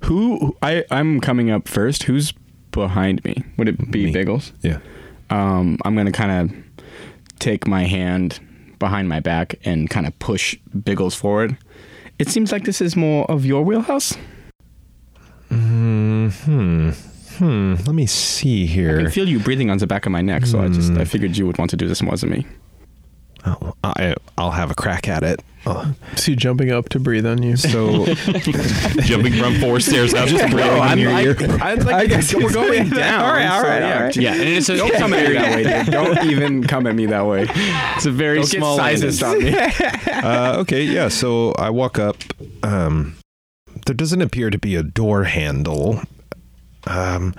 S5: Who I I'm coming up first. Who's behind me? Would it be
S6: Me.
S5: Biggles?
S6: Yeah.
S5: Um, I'm gonna kind of take my hand behind my back and kind of push Biggles forward. It seems like this is more of your wheelhouse.
S6: Hmm. Hmm. Let me see here.
S5: I can feel you breathing on the back of my neck, so I just I figured you would want to do this more than me.
S6: Oh, I I'll have a crack at it. Uh,
S3: See, jumping up to breathe on you.
S6: So
S8: Jumping from four stairs now, just
S3: No,
S8: breathing
S3: I'm-
S8: in your
S3: I-
S8: ear.
S5: I'd like
S3: I guess
S5: we're going down.
S3: All right, all
S5: so
S3: right,
S5: yeah.
S3: all right.
S5: Yeah, and it's a, don't come at me that way, dude. Don't even come at me that way.
S2: It's a very
S5: Don't
S2: small
S5: get sizes on me.
S6: uh, okay, yeah. So I walk up. Um, there doesn't appear to be a door handle. Um,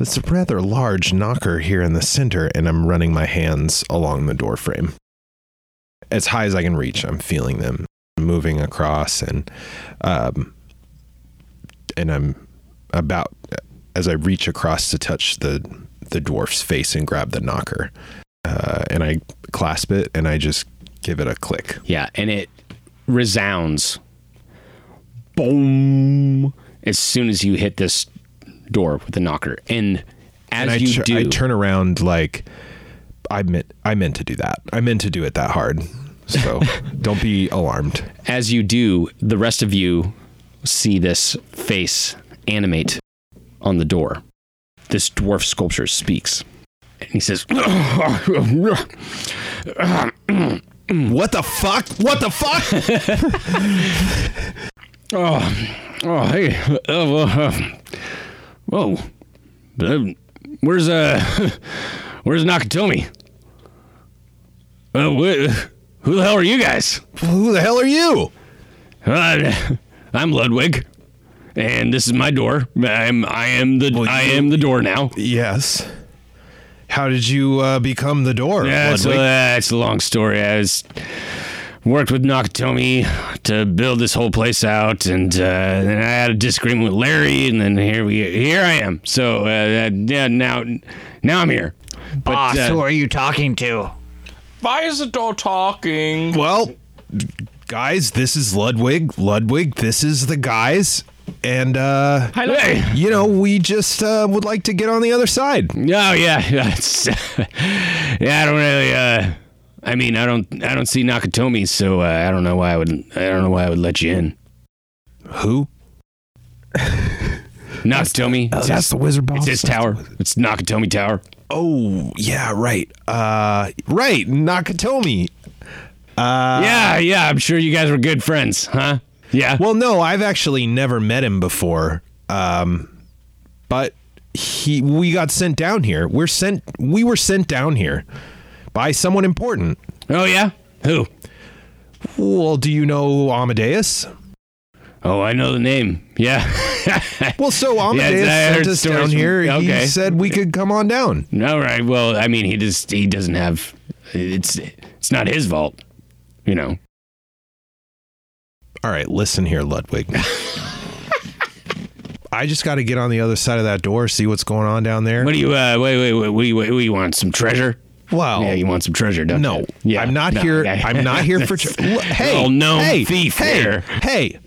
S6: it's a rather large knocker here in the center, and I'm running my hands along the door frame as high as I can reach. I'm feeling them moving across, and um, and I'm about as I reach across to touch the the dwarf's face and grab the knocker, uh, and I clasp it, and I just give it a click.
S2: Yeah, and it resounds. Boom! As soon as you hit this door with the knocker, and as
S6: and I,
S2: you
S6: tur-
S2: do,
S6: I turn around like I meant I meant to do that. I meant to do it that hard. So don't be alarmed.
S2: as you do, the rest of you see this face animate on the door. This dwarf sculpture speaks. And he says,
S6: What the fuck? What the fuck?
S2: Oh, oh, hey, uh, well, uh, whoa, Uh, where's uh, where's Nakatomi? Uh, wh- who the hell are you guys?
S6: Who the hell are you?
S2: Uh, I'm Ludwig, and this is my door. I'm I am the I am the door now.
S6: yes. How did you uh, become the door?
S2: Yeah, it's a,
S6: Ludwig?
S2: uh, it's a long story. I was worked with Nakatomi to build this whole place out, and uh, then I had a disagreement with Larry, and then here we here I am. So uh, yeah, now now I'm here. But,
S9: Boss,
S2: uh,
S9: who are you talking to?
S8: Why is the door talking?
S6: well, guys, this is Ludwig. Ludwig, this is the guys. And uh
S2: hey,
S6: you know, we just uh, would like to get on the other side.
S2: oh yeah, yeah, it's- yeah. I don't really. Uh, I mean, I don't I don't see Nakatomi, so uh, I don't know why I would I don't know why I would let you in.
S6: Who?
S2: Nakatomi, it's, his,
S6: the wizard boss.
S2: it's his tower. It's Nakatomi Tower.
S6: Oh yeah, right. Uh, right, Nakatomi. Uh,
S2: yeah, yeah. I'm sure you guys were good friends, huh? Yeah.
S6: Well, no, I've actually never met him before. Um, but he, we got sent down here. We're sent. We were sent down here by someone important.
S2: Oh yeah? Who?
S6: Well, do you know Amadeus?
S2: Oh, I know the name. Yeah.
S6: Well, so
S2: Yeah,
S6: Amadeus
S2: I
S6: sent
S2: heard
S6: us
S2: stories
S6: down
S2: from-
S6: here.
S2: okay.
S6: He said we could come on down.
S2: All right. Well, I mean, he just he doesn't have it's it's not his fault, you know.
S6: All right, listen here, Ludwig. I just got to get on the other side of that door, see what's going on down there.
S2: What do you uh wait wait wait what do you, what do you want some treasure?
S6: Wow.
S2: Yeah, you want some treasure, don't
S6: Oh. No,
S2: you? Yeah.
S6: I'm not
S2: no,
S6: here.
S2: yeah.
S6: I'm not here for. Tr- Look, hey,
S2: Well, known
S6: hey,
S2: thief
S6: hey,
S2: there.
S6: hey.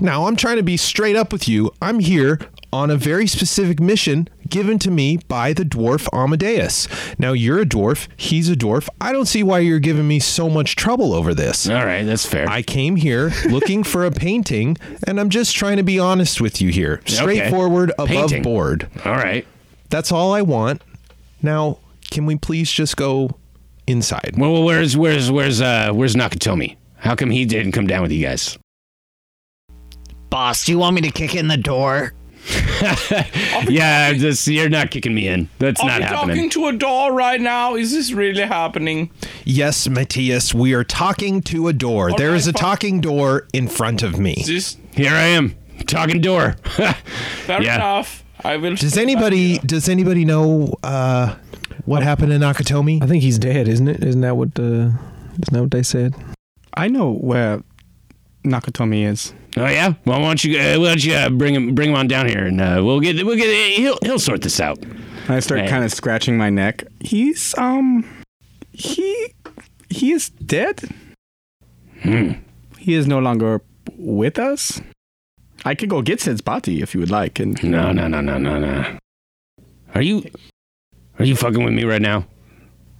S6: Now I'm trying to be straight up with you. I'm here on a very specific mission given to me by the dwarf Amadeus. Now you're a dwarf. He's a dwarf. I don't see why you're giving me so much trouble over this.
S2: All right, that's fair.
S6: I came here looking for a painting, and I'm just trying to be honest with you here. Straightforward,
S2: Painting.
S6: above board.
S2: All right.
S6: That's all I want. Now, can we please just go inside?
S2: Well, well, where's where's where's uh where's Nakatomi? How come he didn't come down with you guys?
S9: Boss, do you want me to kick in the door?
S2: yeah, I'm just you're not kicking me in. That's
S8: Are
S2: not
S8: we
S2: happening.
S8: talking to a door right now? Is this really happening?
S6: Yes, Matthias, we are talking to a door. There is
S8: right,
S6: a
S8: fine.
S6: talking door in front of me.
S8: This
S2: Here I am, talking door.
S8: fair
S2: Yeah.
S8: enough. I will.
S6: Does anybody does anybody know uh, what happened in
S3: I
S6: Nakatomi?
S3: think he's dead, isn't it? Isn't that what the? Isn't that what they said?
S5: I know where Nakatomi is.
S2: Oh yeah. Well, why don't you uh, why don't you uh, bring him bring him on down here and uh, we'll get we'll get he'll he'll sort this out.
S5: I start
S2: Hey.
S5: kind of scratching my neck. He's um, he he is dead.
S2: Hmm.
S5: He is no longer with us. I could go get his body if you would like. And
S2: No, no, no, no, no, no. Are you are you fucking with me right now?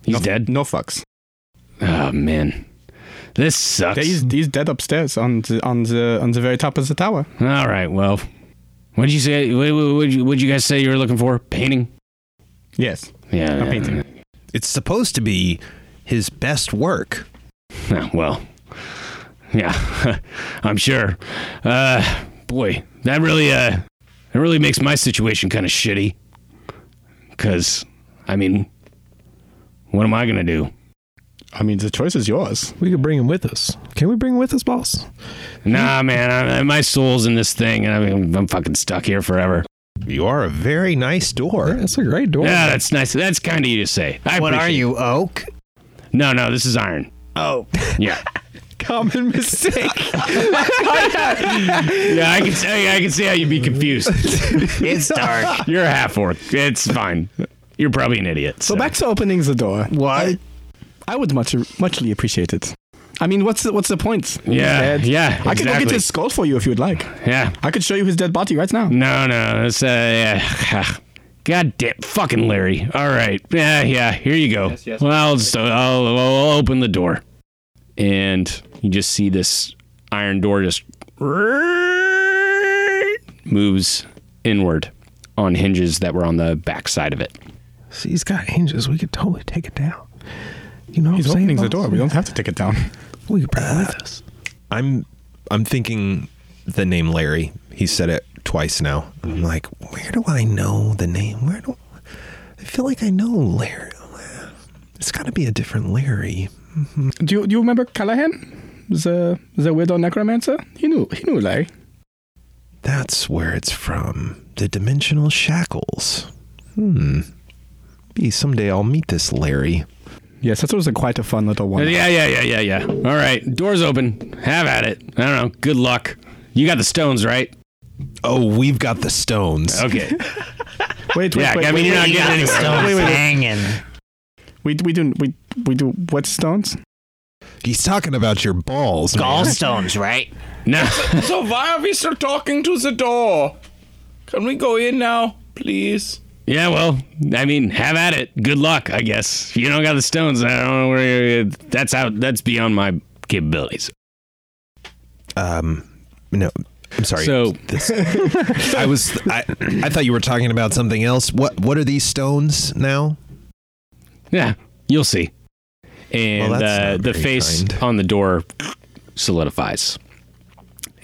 S2: He's
S5: no,
S2: dead.
S5: No fucks.
S2: Oh man, this
S5: Yeah,
S2: sucks.
S5: he's he's dead upstairs on the on the on the very top of the tower.
S2: All right. Well, What did you say? What did you, what'd you guys say you were looking for? Painting?
S5: Yes.
S2: Yeah.
S5: A
S2: yeah,
S5: painting.
S2: yeah.
S12: It's supposed to be his best work.
S2: Yeah, well, yeah, I'm sure. Uh, boy, that really, uh, that really makes my situation kind of shitty. Cause, I mean, what am I gonna do?
S5: I mean, the choice is yours.
S3: We could bring him with us. Can we bring him with us, boss?
S2: Nah, man, I, my soul's in this thing, and I mean, I'm fucking stuck here forever.
S12: You are a very nice door.
S3: that's a great door.
S2: Yeah, that's nice. That's kind of you to say. I
S9: what are
S2: appreciate
S9: you, oak?
S2: it. No, no, this is iron.
S9: Oh,
S2: Yeah,
S3: Common mistake.
S2: yeah, I can see, I can see how you'd be confused.
S9: it's dark.
S2: You're a half orc. It's fine. You're probably an idiot.
S5: So back to opening the door.
S9: What?
S5: I would much muchly appreciate it. I mean, what's the, what's the point?
S2: Yeah,
S5: Dead.
S2: yeah,
S5: I could go get
S2: exactly.
S5: his skull for you if you would like.
S2: Yeah.
S5: I could show you his dead body right now.
S2: No, no. That's uh, yeah. God damn, fucking Larry. All right. Yeah, yeah. Here you go.
S5: Yes, yes.
S2: well, I'll, just, I'll, I'll open the door, and you just see this iron door just moves inward on hinges that were on the back side of it.
S3: See, he's got hinges. We could totally take it down. You know what
S5: He's
S3: I'm saying?
S5: opening the
S3: boss?
S5: door. We don't have to take it down.
S3: We could bring him with us.
S6: I'm I'm thinking the name Larry. He said it twice now. I'm like, where do I know the name? Where do I feel like I know Larry? It's got to be a different Larry.
S5: Do you, do you remember Callahan, the the weirdo necromancer? He knew he knew Larry.
S6: That's where it's from. The dimensional shackles. Hmm. Maybe someday I'll meet this Larry.
S5: Yes, that was a quite a fun little one.
S2: Yeah, yeah, yeah, yeah, yeah. All right. Door's open. Have at it. I don't know. Good luck. You got the stones, right?
S6: Oh, we've got the stones.
S2: Okay.
S5: Wait, wait,
S2: Yeah,
S5: wait,
S2: I mean,
S5: wait,
S2: you're not getting
S9: Stones
S2: anywhere.
S5: wait, wait.
S9: hanging.
S5: we we do we we do what stones?
S6: He's talking about your balls. man.
S9: Gallstones, right?
S2: No.
S8: so why are we still talking to the door? Can we go in now, please?
S2: Yeah, well, I mean, have at it. Good luck, I guess. If you don't got the stones, I don't know where you're, that's out. That's beyond my capabilities.
S6: Um, no, I'm sorry.
S2: So
S6: This- I was I, I thought you were talking about something else. What what are these stones now?
S2: yeah, you'll see. And
S6: Well, that's
S2: uh,
S6: not
S2: the
S6: very
S2: face
S6: kind.
S2: on the door solidifies,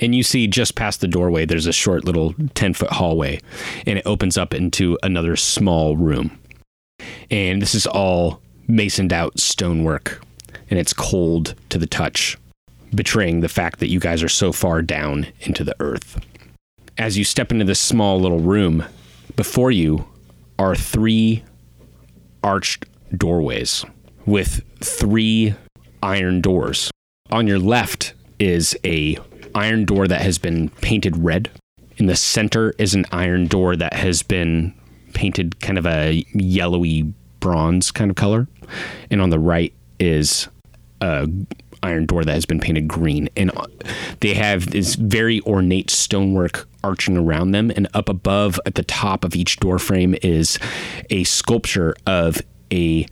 S2: and you see just past the doorway. There's a short little ten foot hallway, and it opens up into another small room. And this is all masoned out stonework, and it's cold to the touch. betraying the fact that you guys are so far down into the earth. As you step into this small little room, before you are three arched doorways with three iron doors. On your left is a iron door that has been painted red. In the center is an iron door that has been painted kind of a yellowy bronze kind of color. And on the right is a iron door that has been painted green and uh, they have this very ornate stonework arching around them and up above at the top of each door frame is a sculpture of a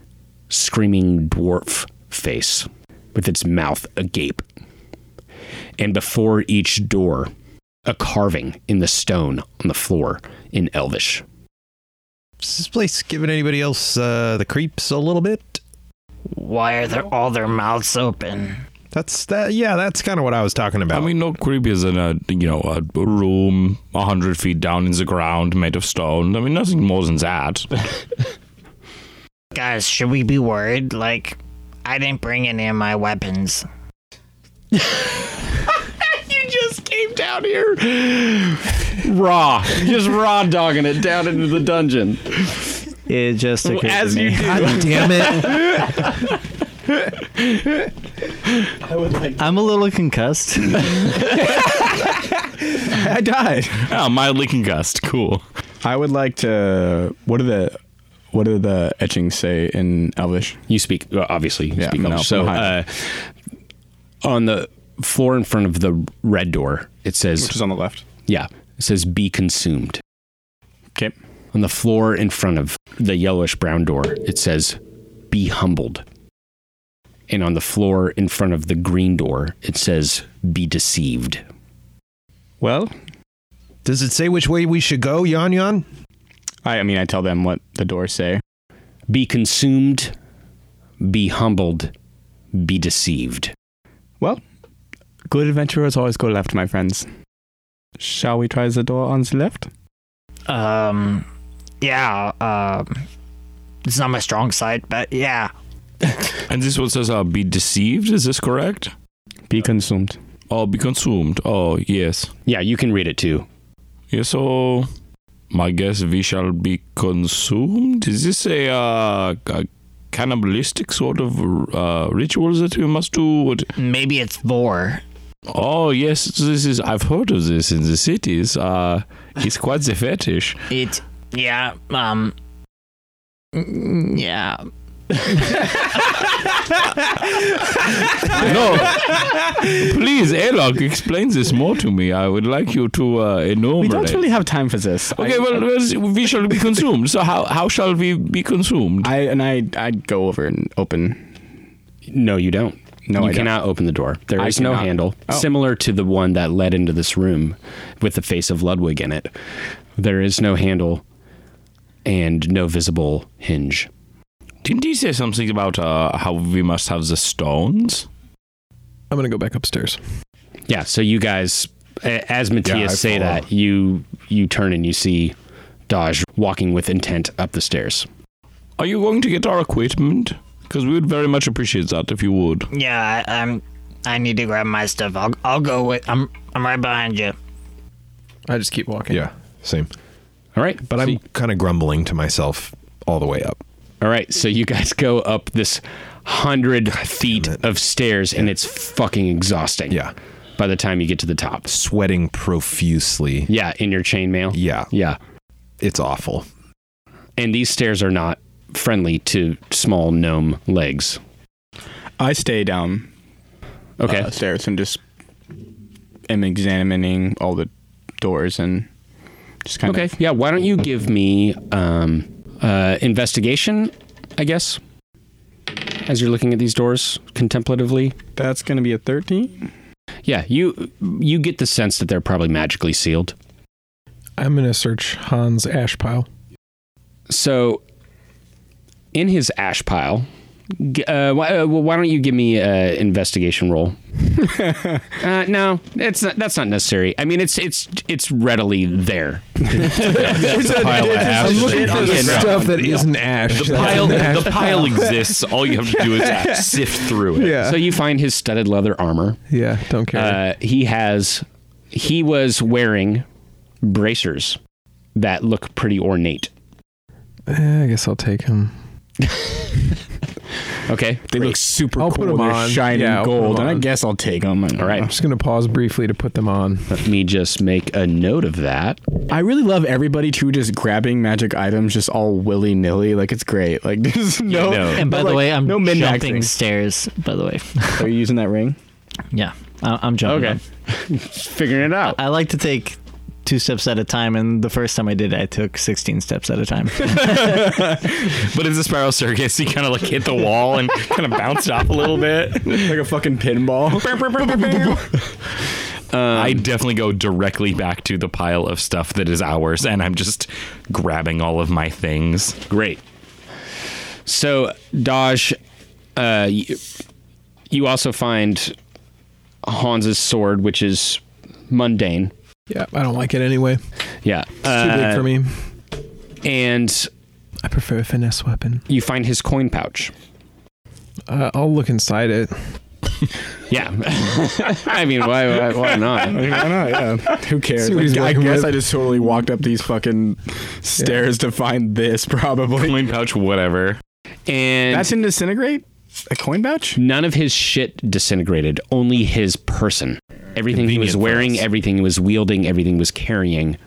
S2: screaming dwarf face with its mouth agape and before each door a carving in the stone on the floor in elvish
S12: Is this place giving anybody else uh, the creeps a little bit?
S9: Why are there all their mouths open?
S12: That's that. Yeah, that's kind of what I was talking about.
S8: I mean, no creepier than a you know a room a hundred feet down in the ground made of stone. I mean, nothing more than that.
S9: Guys, should we be worried? Like, I didn't bring any of my weapons.
S2: you just came down here raw just raw dogging it down into the dungeon
S10: It just occurred to me.
S12: God damn it!
S10: I'm a little concussed.
S5: I died.
S8: yeah, mildly concussed. Cool.
S5: I would like to. What are the what do the etchings say in Elvish?
S2: You speak well, obviously. You
S5: Yeah,
S2: speak
S5: no,
S2: Elvish. So
S5: no
S2: uh, on the floor in front of the red door, it
S5: Which
S2: says
S5: is on the left.
S2: yeah, it says be consumed.
S5: Okay.
S2: On the floor in front of the yellowish brown door, it says be humbled. And on the floor in front of the green door, it says be deceived.
S5: Well,
S12: Does it say which way we should go, Yon Yon?
S5: I, I mean, I tell them what the doors say.
S2: Be consumed, be humbled, be deceived.
S5: Well, good adventurers always go left, my friends. Shall we try the door on the left?
S9: Um, yeah. Um, it's not my strong side, but yeah.
S8: and this one says, uh, be deceived. Is this correct?
S5: Be consumed.
S8: Oh, be consumed. Oh, yes.
S2: Yeah, you can read it too.
S8: Yeah, so my guess we shall be consumed. Is this a, uh, a cannibalistic sort of uh, rituals that we must do? What-
S9: Maybe it's vor.
S8: Oh yes, this is. I've heard of this in the cities. Uh, it's quite the fetish.
S9: It. Yeah. Um. mm, Yeah.
S8: no, please, Elok, explain this more to me. I would like you to uh,
S5: We
S8: enumerate.
S5: don't really have time for this.
S8: Okay,
S5: I-
S8: well, well, we shall be consumed. So how how shall we be consumed?
S5: I and I I'd go over and open.
S2: No, you don't.
S5: No,
S2: you
S5: I don't.
S2: cannot open the door. There is
S5: I
S2: no
S5: cannot.
S2: handle,
S5: Oh.
S2: similar to the one that led into this room with the face of Ludwig in it. There is no handle and no visible hinge.
S8: Didn't he say something about uh, how we must have the stones?
S3: I'm gonna go back upstairs.
S2: Yeah, so you guys, a- as Matthias
S3: I
S2: say
S3: follow.
S2: that, you you turn and you see Dodge walking with intent up the stairs.
S8: Are you going to get our equipment? Because we would very much appreciate that if you would.
S9: Yeah. I, I'm. I need to grab my stuff. I'll. I'll go with. I'm. I'm right behind you.
S3: I just keep walking.
S6: Yeah, same.
S2: All right,
S6: but I'm kind of grumbling to myself all the way up.
S2: All right, so you guys go up this hundred feet of stairs, and it's fucking exhausting.
S6: Yeah.
S2: By the time you get to the top,
S6: sweating profusely.
S2: Yeah, in your chainmail.
S6: Yeah,
S2: yeah,
S6: it's awful.
S2: And these stairs are not friendly to small gnome legs.
S5: I stay down.
S2: Okay.
S5: uh, stairs and just am examining all the doors and just kind
S2: okay.
S5: of.
S2: Yeah. Why don't you give me um, uh, investigation? I guess as you're looking at these doors contemplatively.
S5: That's gonna be a thirteen.
S2: Yeah. You you get the sense that they're probably magically sealed.
S3: I'm gonna search Hans ash pile.
S2: So in his ash pile. g- Uh, why, uh, well, why don't you give me an investigation roll? uh, no, it's not, that's not necessary. I mean, it's it's it's readily there.
S8: There's a pile of ash.
S3: I'm looking for the
S8: Yeah, no.
S3: stuff that isn't ash.
S8: The
S3: That's
S8: pile,
S3: an ash
S8: the pile exists. All you have to do is sift through it.
S5: Uh-huh.
S3: Yeah.
S2: So you find his studded leather armor.
S3: Yeah, don't
S2: care. Uh, he has, he was wearing bracers that look pretty ornate.
S3: Eh, I guess I'll take him.
S2: Okay,
S5: They look super
S3: I'll
S5: cool.
S3: put 'em
S5: They're
S3: on.
S5: shining
S3: Yeah, I'll put 'em
S5: gold, and I
S3: on.
S5: guess I'll take them. All
S3: I'm
S2: right.
S3: just gonna pause briefly to put them on.
S2: Let me just make a note of that.
S5: I really love everybody too, just grabbing magic items just all willy nilly. Like it's great. Like there's no.
S8: no.
S10: And by
S5: but,
S10: the
S5: like,
S10: way, I'm
S5: no min
S10: jumping
S5: maxing.
S10: stairs. By the way,
S5: Are you using that ring?
S10: yeah, I- I'm jumping.
S2: Okay.
S10: them.
S2: Figuring it out.
S10: I like to take two steps at a time, and the first time I did it, I took 16 steps at a time.
S8: But it's a spiral circus. You kind of like hit the wall and kind of bounced off a little bit.
S5: like a fucking pinball.
S8: I definitely go directly back to the pile of stuff that is ours, and I'm just grabbing all of my things.
S2: Great. So, Dodge, uh, you, you also find Hans's sword, which is mundane.
S3: Yeah, I don't like it anyway. It's
S2: Yeah, Uh,
S3: too big for me.
S2: And
S3: I prefer a finesse weapon.
S2: you find his coin pouch.
S3: Uh, I'll look inside it.
S2: Yeah, I mean, why, why, why not?
S5: Like, why not? Yeah. Who cares?
S3: See what
S5: Like,
S3: he's
S5: I
S3: working
S5: guess
S3: with.
S5: I just totally walked up these fucking stairs to find this. Probably.
S8: Coin pouch, whatever.
S2: And
S5: That's in disintegrate. A coin pouch.
S2: None of his shit disintegrated, only his person. Everything he
S8: Convenient
S2: was
S8: for
S2: wearing,
S8: us.
S2: everything he was wielding, everything he was carrying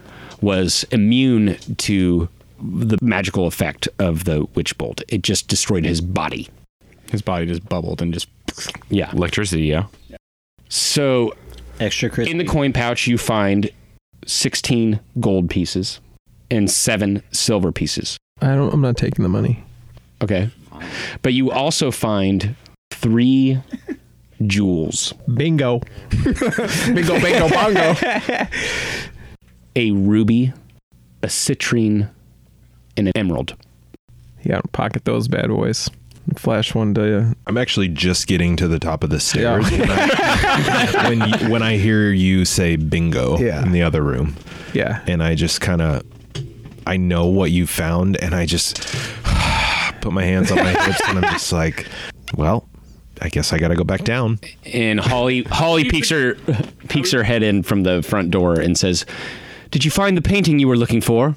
S2: was immune to the magical effect of the witch bolt. It just destroyed his body.
S5: His body just bubbled and just.
S2: Yeah.
S8: Electricity, yeah.
S2: So
S10: Extra crit.
S2: in the coin pouch, you find 16 gold pieces and seven silver pieces.
S3: I don't. I'm not taking the money.
S2: Okay. But you also find three jewels.
S3: Bingo.
S5: Bingo, bingo, bongo.
S2: a ruby, a citrine, and an emerald.
S3: Yeah, pocket those bad boys. Flash one to you.
S6: I'm actually just getting to the top of the stairs when, I, when, you- when I hear you say bingo
S3: Yeah.
S6: in the other room.
S3: Yeah.
S6: And I just kind of, I know what you found, and I just put my hands on my hips, and I'm just like, well, I guess I got to go back down.
S2: And Holly Holly peeks her peeks her head in from the front door and says, "Did you find the painting you were looking for?"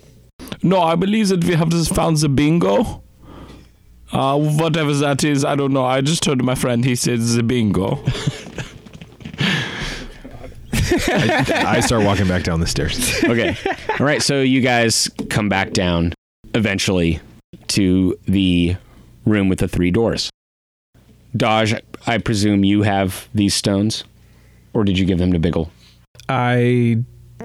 S8: No, I believe that we have just found the bingo. Uh, whatever that is, I don't know. I just told my friend, he said the bingo.
S6: I, I start walking back down the stairs.
S2: okay. All right. So you guys come back down eventually to the room with the three doors. Dodge, I presume you have these stones, or did you give them to Biggle?
S3: I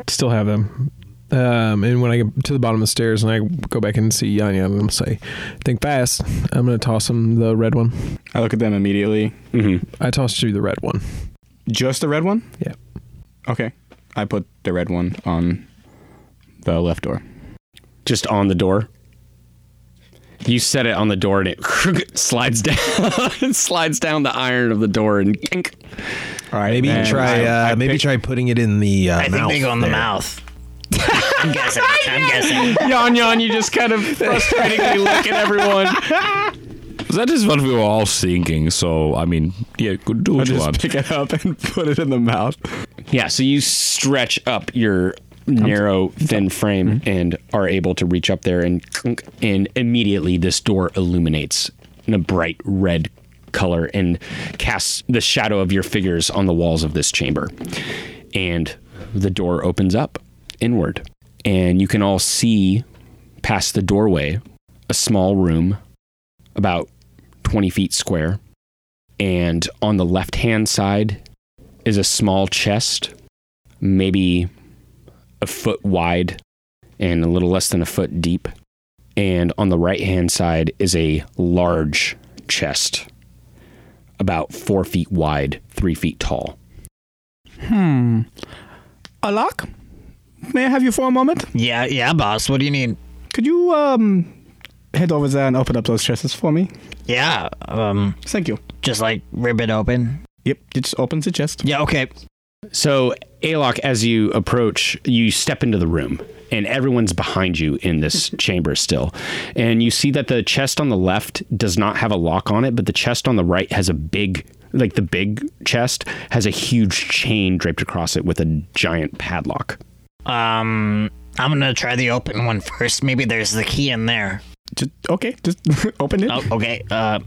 S3: still have them. Um, and when I get to the bottom of the stairs and I go back and see Yanya, I'm going to say, think fast. I'm going to toss him the red one.
S5: I look at them immediately.
S2: Mm-hmm.
S3: I tossed you the red one.
S5: Just the red one?
S3: Yeah.
S5: Okay. I put the red one on the left door.
S2: Just on the door? You set it on the door and it slides down, it slides down the iron of the door and kink.
S5: All right,
S6: Maybe
S2: and
S6: try,
S2: I-
S6: uh,
S2: I
S6: maybe
S2: pick-
S6: try putting it in the uh,
S9: I think
S6: mouth.
S9: they go in the
S6: there.
S9: mouth. I'm guessing. I'm guessing.
S2: Yon Yon, you just kind of frustratingly look at everyone.
S8: That is what we were all thinking, so, I mean, yeah, could do
S5: I
S8: what you
S5: just
S8: want.
S5: pick it up and put it in the mouth.
S2: Yeah, so you stretch up your narrow, thin frame and are able to reach up there, and clunk, and immediately this door illuminates in a bright red color and casts the shadow of your figures on the walls of this chamber. And the door opens up inward, and you can all see past the doorway a small room about 20 feet square. And on the left hand side is a small chest, maybe a foot wide and a little less than a foot deep. And on the right hand side is a large chest, about four feet wide, three feet tall.
S5: Hmm. Alok, may I have you for a moment?
S9: Yeah, yeah, boss. What do you need?
S5: Could you um head over there and open up those chests for me?
S9: Yeah. Um.
S5: Thank you.
S9: Just like rip it open.
S5: Yep, it just opens the chest.
S9: Yeah. Okay.
S2: So, Alok, as you approach, you step into the room, and everyone's behind you in this chamber still. And you see that the chest on the left does not have a lock on it, but the chest on the right has a big, like the big chest, has a huge chain draped across it with a giant padlock.
S9: Um. I'm gonna try the open one first. Maybe there's the key in there.
S5: Just, okay, just open it.
S9: Oh, okay. Uh.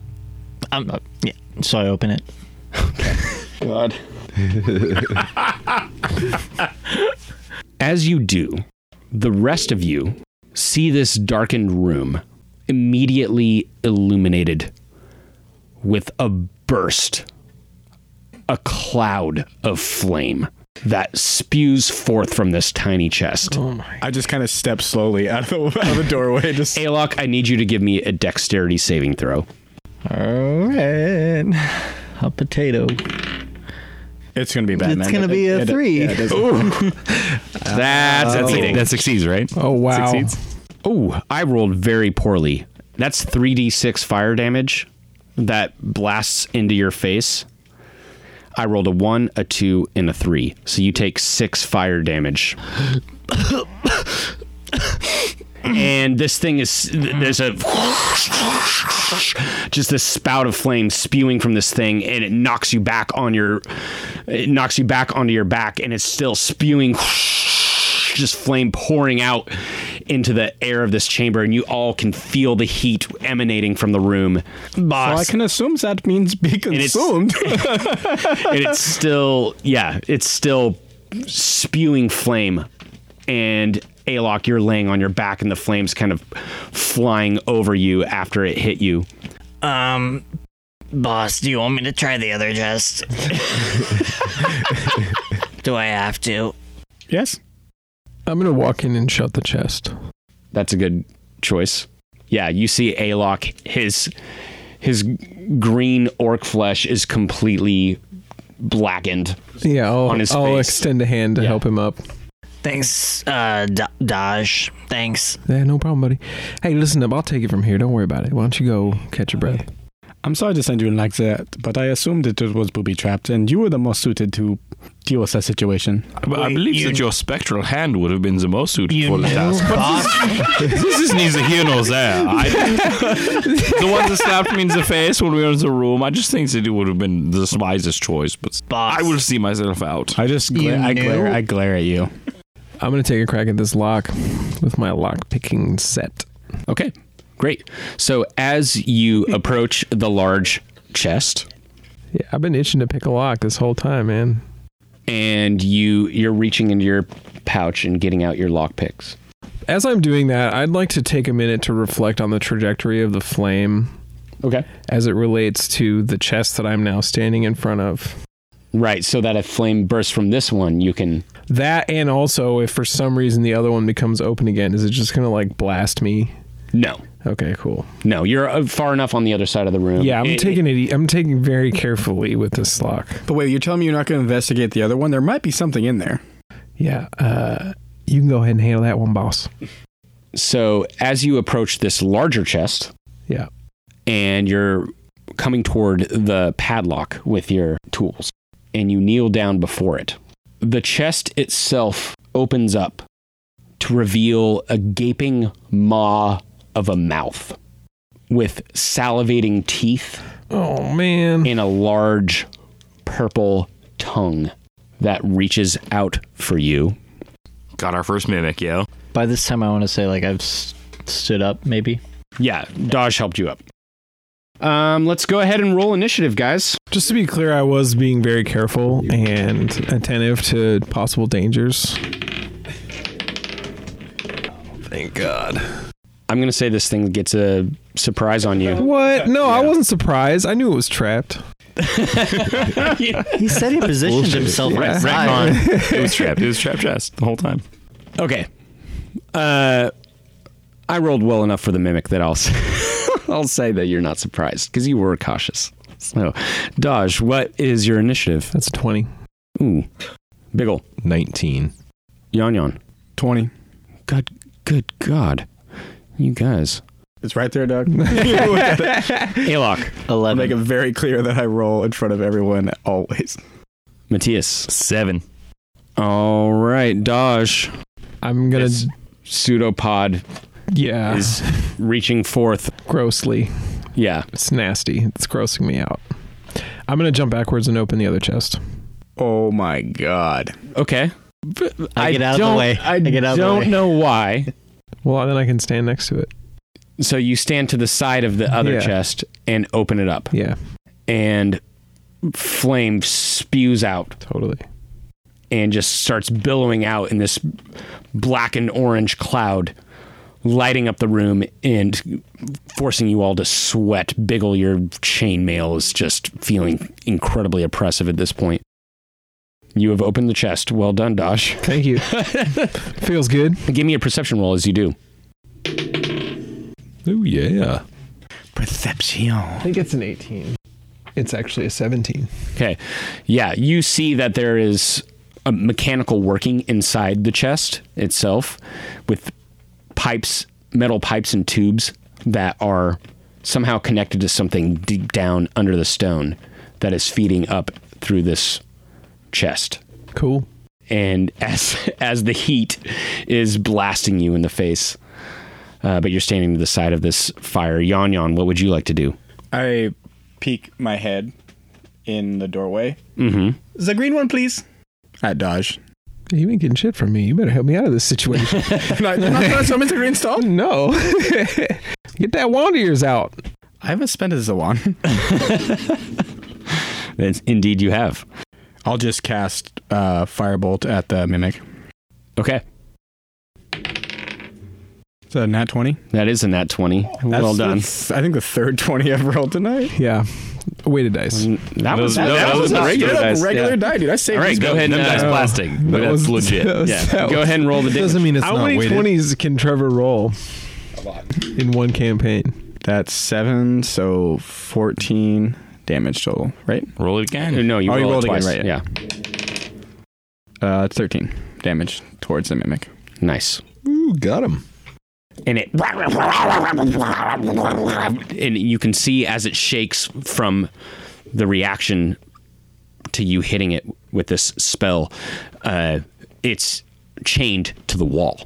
S9: Um. yeah. So I open it.
S5: God.
S2: As you do, the rest of you see this darkened room immediately illuminated with a burst, a cloud of flame that spews forth from this tiny chest.
S5: I just kind of step slowly out of the, out of the doorway. Just
S2: Alok, I need you to give me a dexterity saving throw.
S10: All right. Hot potato.
S5: it's gonna be bad.
S10: It's
S5: man.
S10: gonna be a
S5: It- it-
S10: three.
S5: yeah, it is.
S2: That's a beating.
S8: That succeeds, right?
S3: Oh, wow.
S2: Oh, I rolled very poorly. That's 3d6 fire damage that blasts into your face. I rolled a 1, a 2, and a 3. So you take 6 fire damage. and this thing is th- there's a just this spout of flame spewing from this thing and it knocks you back on your it knocks you back onto your back and it's still spewing just flame pouring out into the air of this chamber and you all can feel the heat emanating from the room
S5: Well, I
S2: boss
S5: can assume that means be
S2: it's-
S5: consumed.
S2: and it's still yeah it's still spewing flame and Alok, you're laying on your back and the flames kind of flying over you after it hit you.
S9: Um. Boss, do you want me to try the other chest? do I have to?
S5: yes.
S3: I'm going to walk in and shut the chest.
S2: That's a good choice. Yeah, you see Alok, his his green orc flesh is completely blackened.
S3: Yeah, I'll,
S2: On his
S3: I'll
S2: face.
S3: extend a hand to help him up.
S9: Thanks, uh, D- Dodge. Thanks.
S3: Yeah, no problem, buddy. Hey, listen up. I'll take it from here. Don't worry about it. Why don't you go catch your breath?
S13: I'm sorry to send you in like that, but I assumed that it was booby trapped, and you were the most suited to deal with that situation.
S8: But I believe that your spectral hand would have been the most suited for the task. But this, this is neither here nor there. I, the one that slapped me in the face when we were in the room, I just think that it would have been the wisest choice. But I will see myself out.
S13: I just gla- I glare, I glare at you.
S3: I'm going to take a crack at this lock with my lock picking set.
S2: Okay, great. So as you approach the large chest,
S3: yeah, I've been itching to pick a lock this whole time, man.
S2: and you you're reaching into your pouch and getting out your lock picks.
S3: As I'm doing that, I'd like to take a minute to reflect on the trajectory of the flame.
S2: Okay.
S3: As it relates to the chest that I'm now standing in front of.
S2: Right, so that if flame bursts from this one, you can
S3: That and also if for some reason the other one becomes open again, is it just going to like blast me?
S2: No.
S3: Okay, cool.
S2: No, you're uh, far enough on the other side of the room.
S3: Yeah, I'm
S2: It-
S3: taking it, e- I'm taking very carefully with this lock.
S13: But wait, you're telling me you're not going to investigate the other one? There might be something in there.
S3: Yeah, uh you can go ahead and handle that one, boss.
S2: So as you approach this larger chest,
S3: Yeah.
S2: and you're coming toward the padlock with your tools, and you kneel down before it. The chest itself opens up to reveal a gaping maw of a mouth with salivating teeth.
S3: Oh man.
S2: And a large purple tongue that reaches out for you.
S8: Got our first mimic, yo.
S10: By this time, I want to say like I've s- stood up, maybe.
S2: Yeah, Dodge helped you up. Um, let's go ahead and roll initiative, guys.
S3: Just to be clear, I was being very careful and attentive to possible dangers.
S2: Thank God. I'm gonna say this thing gets a surprise on you.
S3: What? No, I wasn't surprised. I knew it was trapped.
S10: he said he positioned himself right side.
S8: Retcon. it was trapped. It was trapped chest the whole time.
S2: Okay. Uh, I rolled well enough for the mimic that I'll s- I'll say that you're not surprised because you were cautious. So, Dodge, what is your initiative?
S3: That's twenty.
S2: Ooh, Biggle.
S6: Nineteen.
S2: Yon Yon.
S13: 20.
S2: God, good God, you guys.
S13: It's right there, Doug.
S2: Alok.
S10: 11.
S13: I'll make it very clear that I roll in front of everyone always.
S2: Matthias.
S8: Seven.
S2: All right, Dodge.
S3: I'm gonna
S2: pseudopod.
S3: Yeah.
S2: Is reaching forth
S3: Grossly.
S2: Yeah.
S3: It's nasty. It's grossing me out. I'm gonna jump backwards and open the other chest.
S13: Oh my god.
S2: Okay.
S10: I get out of the
S2: don't-
S10: way.
S2: I,
S10: I get out of the
S2: don't
S10: way.
S2: know why.
S3: Well, then I can stand next to it.
S2: So you stand to the side of the other
S3: Yeah.
S2: chest and open it up.
S3: Yeah.
S2: And flame spews out.
S3: Totally.
S2: And just starts billowing out in this black and orange cloud, lighting up the room and forcing you all to sweat. Biggle, your chainmail is just feeling incredibly oppressive at this point. You have opened the chest. Well done, Dosh.
S3: Thank you. Feels good.
S2: Give me a perception roll as you do.
S6: Oh yeah.
S3: I think it's an 18. It's actually a 17.
S2: Okay. Yeah, you see that there is a mechanical working inside the chest itself with pipes, metal pipes and tubes that are somehow connected to something deep down under the stone that is feeding up through this chest.
S3: Cool.
S2: And as as the heat is blasting you in the face, uh, but you're standing to the side of this fire. Yon Yon, what would you like to do?
S5: I peek my head in the doorway.
S2: Mm-hmm.
S5: The green one, please.
S13: At Dodge.
S3: Hey, You ain't getting shit from me. You better help me out of this situation. Oh,
S13: not, not gonna summon to reinstall?
S3: No. Get that wand of yours out.
S13: I haven't spent as a wand.
S2: Indeed, you have.
S13: I'll just cast uh, Firebolt at the Mimic.
S2: Okay.
S13: Is that a nat 20?
S2: That is a nat 20. well
S13: That's the
S2: done.
S13: th- I think the third 20 I've rolled tonight.
S3: Yeah. Weighted dice.
S2: That was,
S8: That-
S2: that,
S8: that
S2: was,
S8: was a
S2: a
S8: regular
S2: regular
S8: dice,
S13: Regular die, dude. I saved
S2: All right,
S13: these
S2: go
S13: guys.
S2: ahead.
S8: Them
S2: and,
S8: dice
S2: uh,
S8: plastic. but
S3: that
S8: that's
S3: was-
S8: legit.
S3: that was-
S2: yeah,
S3: that
S2: go
S3: was-
S2: ahead and roll the damage.
S3: Doesn't mean it's
S13: How
S3: not
S13: many
S3: weighted.
S13: 20s
S3: can Trevor roll in one campaign?
S13: That's seven, so 14 damage total, right?
S8: Roll it again.
S2: No, you
S13: Oh, you rolled
S2: rolled, it
S13: again,
S2: twice.
S13: right,
S2: Yeah.
S13: Uh, it's 13.
S5: damage towards the mimic.
S2: Nice.
S12: Ooh, got him.
S2: And it and you can see as it shakes from the reaction to you hitting it with this spell, uh, it's chained to the wall.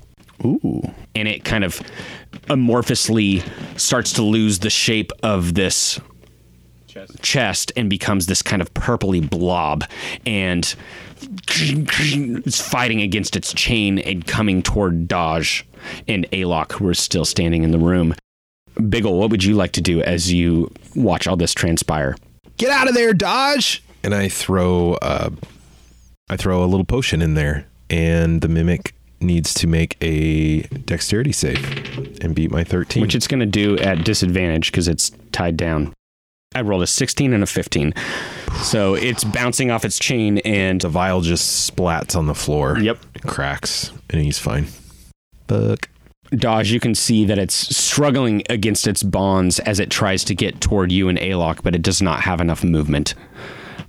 S5: Ooh.
S2: And it kind of amorphously starts to lose the shape of this chest, and becomes this kind of purpley blob and it's fighting against its chain and coming toward Dodge and Alok, who are still standing in the room. Biggle, what would you like to do as you watch all this transpire?
S12: Get out of there, Dodge!
S6: and I throw uh, I throw a little potion in there, and the mimic needs to make a dexterity save and beat my thirteen.
S2: Which it's going to do at disadvantage because it's tied down. I rolled a 16 and a 15. So it's bouncing off its chain and.
S6: The vial just splats on the floor.
S2: Yep.
S6: cracks, and he's fine.
S12: Buck.
S2: Dodge, you can see that it's struggling against its bonds as it tries to get toward you and Alok, but it does not have enough movement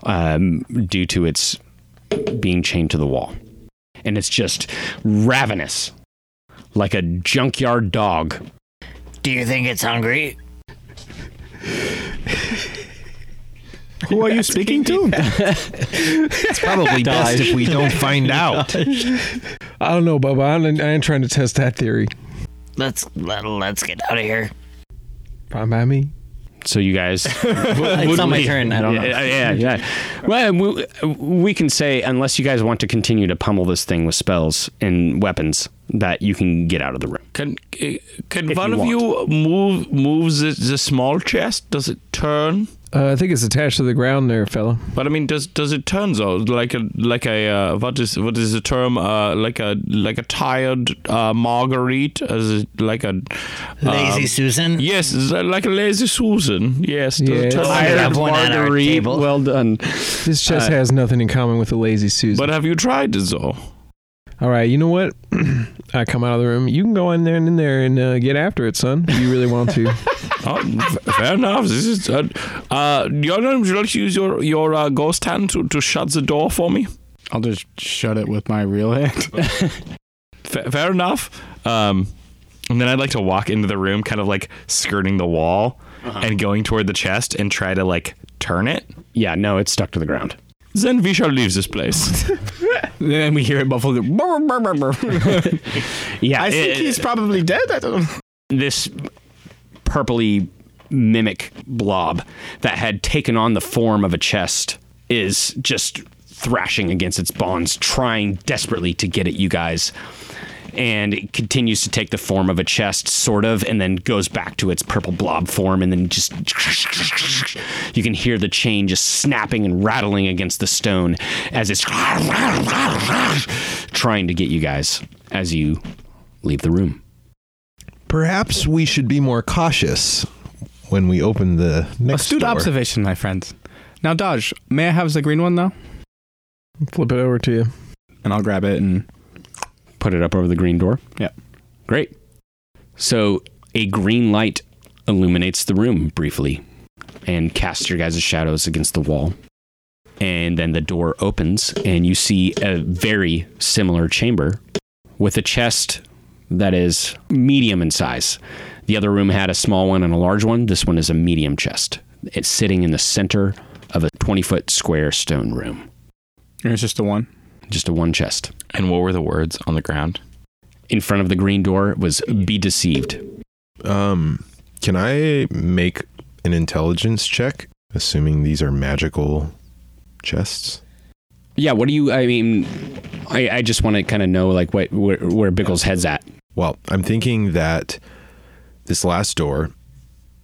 S2: um, due to its being chained to the wall. And it's just ravenous, like a junkyard dog.
S9: Do you think it's hungry?
S13: Who are you speaking to?
S12: It's probably best if we don't find out.
S3: I don't know, Bubba. I ain't, I ain't trying to test that theory.
S9: Let's let, let's get out of here.
S3: Fine by me.
S2: So you guys,
S9: It's not my turn, I don't know.
S2: Yeah, yeah, yeah. Well, we, we can say unless you guys want to continue to pummel this thing with spells and weapons, that you can get out of the room.
S8: Can eh, can
S2: If
S8: one
S2: you
S8: of you move move the, the small chest? Does it turn?
S3: Uh, I think it's attached to the ground there, fella.
S8: But I mean, does does it turn though? Like a like a uh, what is what is the term? Uh, like a like a tired uh, Marguerite? Is it like a
S9: Lazy
S8: um,
S9: Susan?
S8: Yes, is that like a lazy Susan. Yes, does it
S3: Yes.
S8: turn
S3: I have
S9: one at our
S8: Marguerite?
S9: table.
S8: Well done.
S3: This chest
S8: Uh,
S3: has nothing in common with a lazy Susan.
S8: But have you tried it though?
S3: All right, you know what? I come out of the room. You can go in there and in there and uh, get after it, son. If you really want to.
S8: Oh, f- fair enough. This is. Uh, uh, your name, would you like to use your your uh, ghost hand to, to shut the door for me?
S13: I'll just shut it with my real hand.
S8: Fa- fair enough. Um, and then I'd like to walk into the room, kind of like skirting the wall and going toward the chest and try to like turn it.
S2: Yeah, no, it's stuck to the ground.
S8: Then we shall leave this place.
S13: then we hear it muffled. "Brr, brr, brr, brr."
S2: Yeah,
S13: I think
S2: it-
S13: he's probably dead. I don't know.
S2: this purpley mimic blob that had taken on the form of a chest is just thrashing against its bonds, trying desperately to get at you guys. And it continues to take the form of a chest, sort of, and then goes back to its purple blob form. And then just you can hear the chain just snapping and rattling against the stone as it's trying to get you guys as you leave the room.
S12: Perhaps we should be more cautious when we open the next
S13: Astute
S12: door.
S13: observation, my friend. Now, Dodge, may I have the green one now?
S3: Flip it over to you.
S13: And I'll grab it and
S2: put it up over the green door.
S13: Yeah.
S2: Great. So a green light illuminates the room briefly and casts your guys' shadows against the wall. And then the door opens, and you see a very similar chamber with a chest that is medium in size. The other room had a small one and a large one. This one is a medium chest. It's sitting in the center of a 20 foot square stone room,
S13: and it's just the one.
S2: just a one chest.
S8: and what were the words on the ground?
S2: In front of the green door was Be Deceived.
S6: Um, can I make an intelligence check, assuming these are magical chests?
S2: Yeah, what do you? I mean, I, I just want to kind of know like what where, where Bickle's head's at.
S6: Well, I'm thinking that this last door,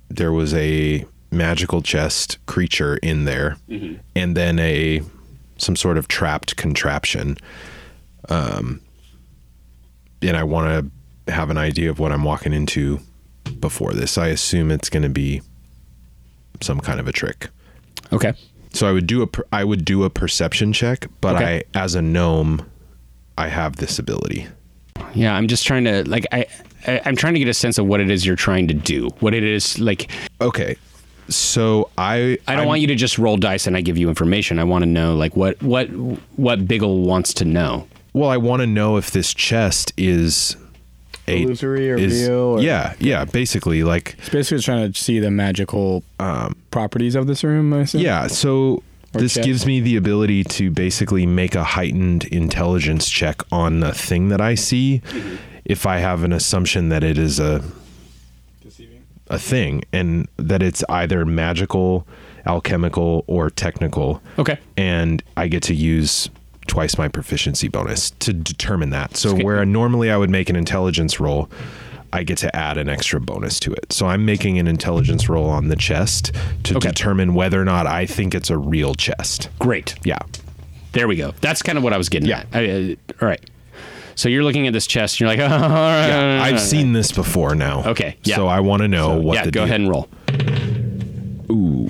S6: there was a magical chest creature in there, and then a some sort of trapped contraption. Um, and I want to have an idea of what I'm walking into before this. I assume it's going to be some kind of a trick.
S2: Okay.
S6: So I would do a per- I would do a perception check, but
S2: Okay.
S6: I as a gnome, I have this ability.
S2: Yeah, I'm just trying to like I, I I'm trying to get a sense of what it is you're trying to do. What it is like.
S6: Okay. So I
S2: I don't
S6: I'm-
S2: want you to just roll dice and I give you information. I want to know like what what what Biggle wants to know.
S6: Well, I want to know if this chest is a
S5: Illusory or
S6: is-
S5: real or-
S6: yeah, yeah. Basically, like
S5: It's basically trying to see the magical uh, properties of this room. I assume.
S6: yeah. So
S5: Or
S6: this
S5: chest.
S6: gives me the ability to basically make a heightened intelligence check on the thing that I see, if I have an assumption that it is a a thing and that it's either magical, alchemical, or technical.
S2: Okay.
S6: And I get to use twice my proficiency bonus to determine that. So where normally I would make an intelligence roll, I get to add an extra bonus to it. So I'm making an intelligence roll on the chest to determine whether or not I think it's a real chest.
S2: Great.
S6: Yeah.
S2: There we go. That's kind of what I was getting yeah. at. I, uh, all right. So you're looking at this chest and you're like, all right.
S6: Yeah,
S2: all right, all
S6: I've
S2: right."
S6: seen this before now.
S2: Uh. Okay, yeah.
S6: So I want to know what
S2: yeah,
S6: the
S2: go ahead and roll.
S6: Ooh.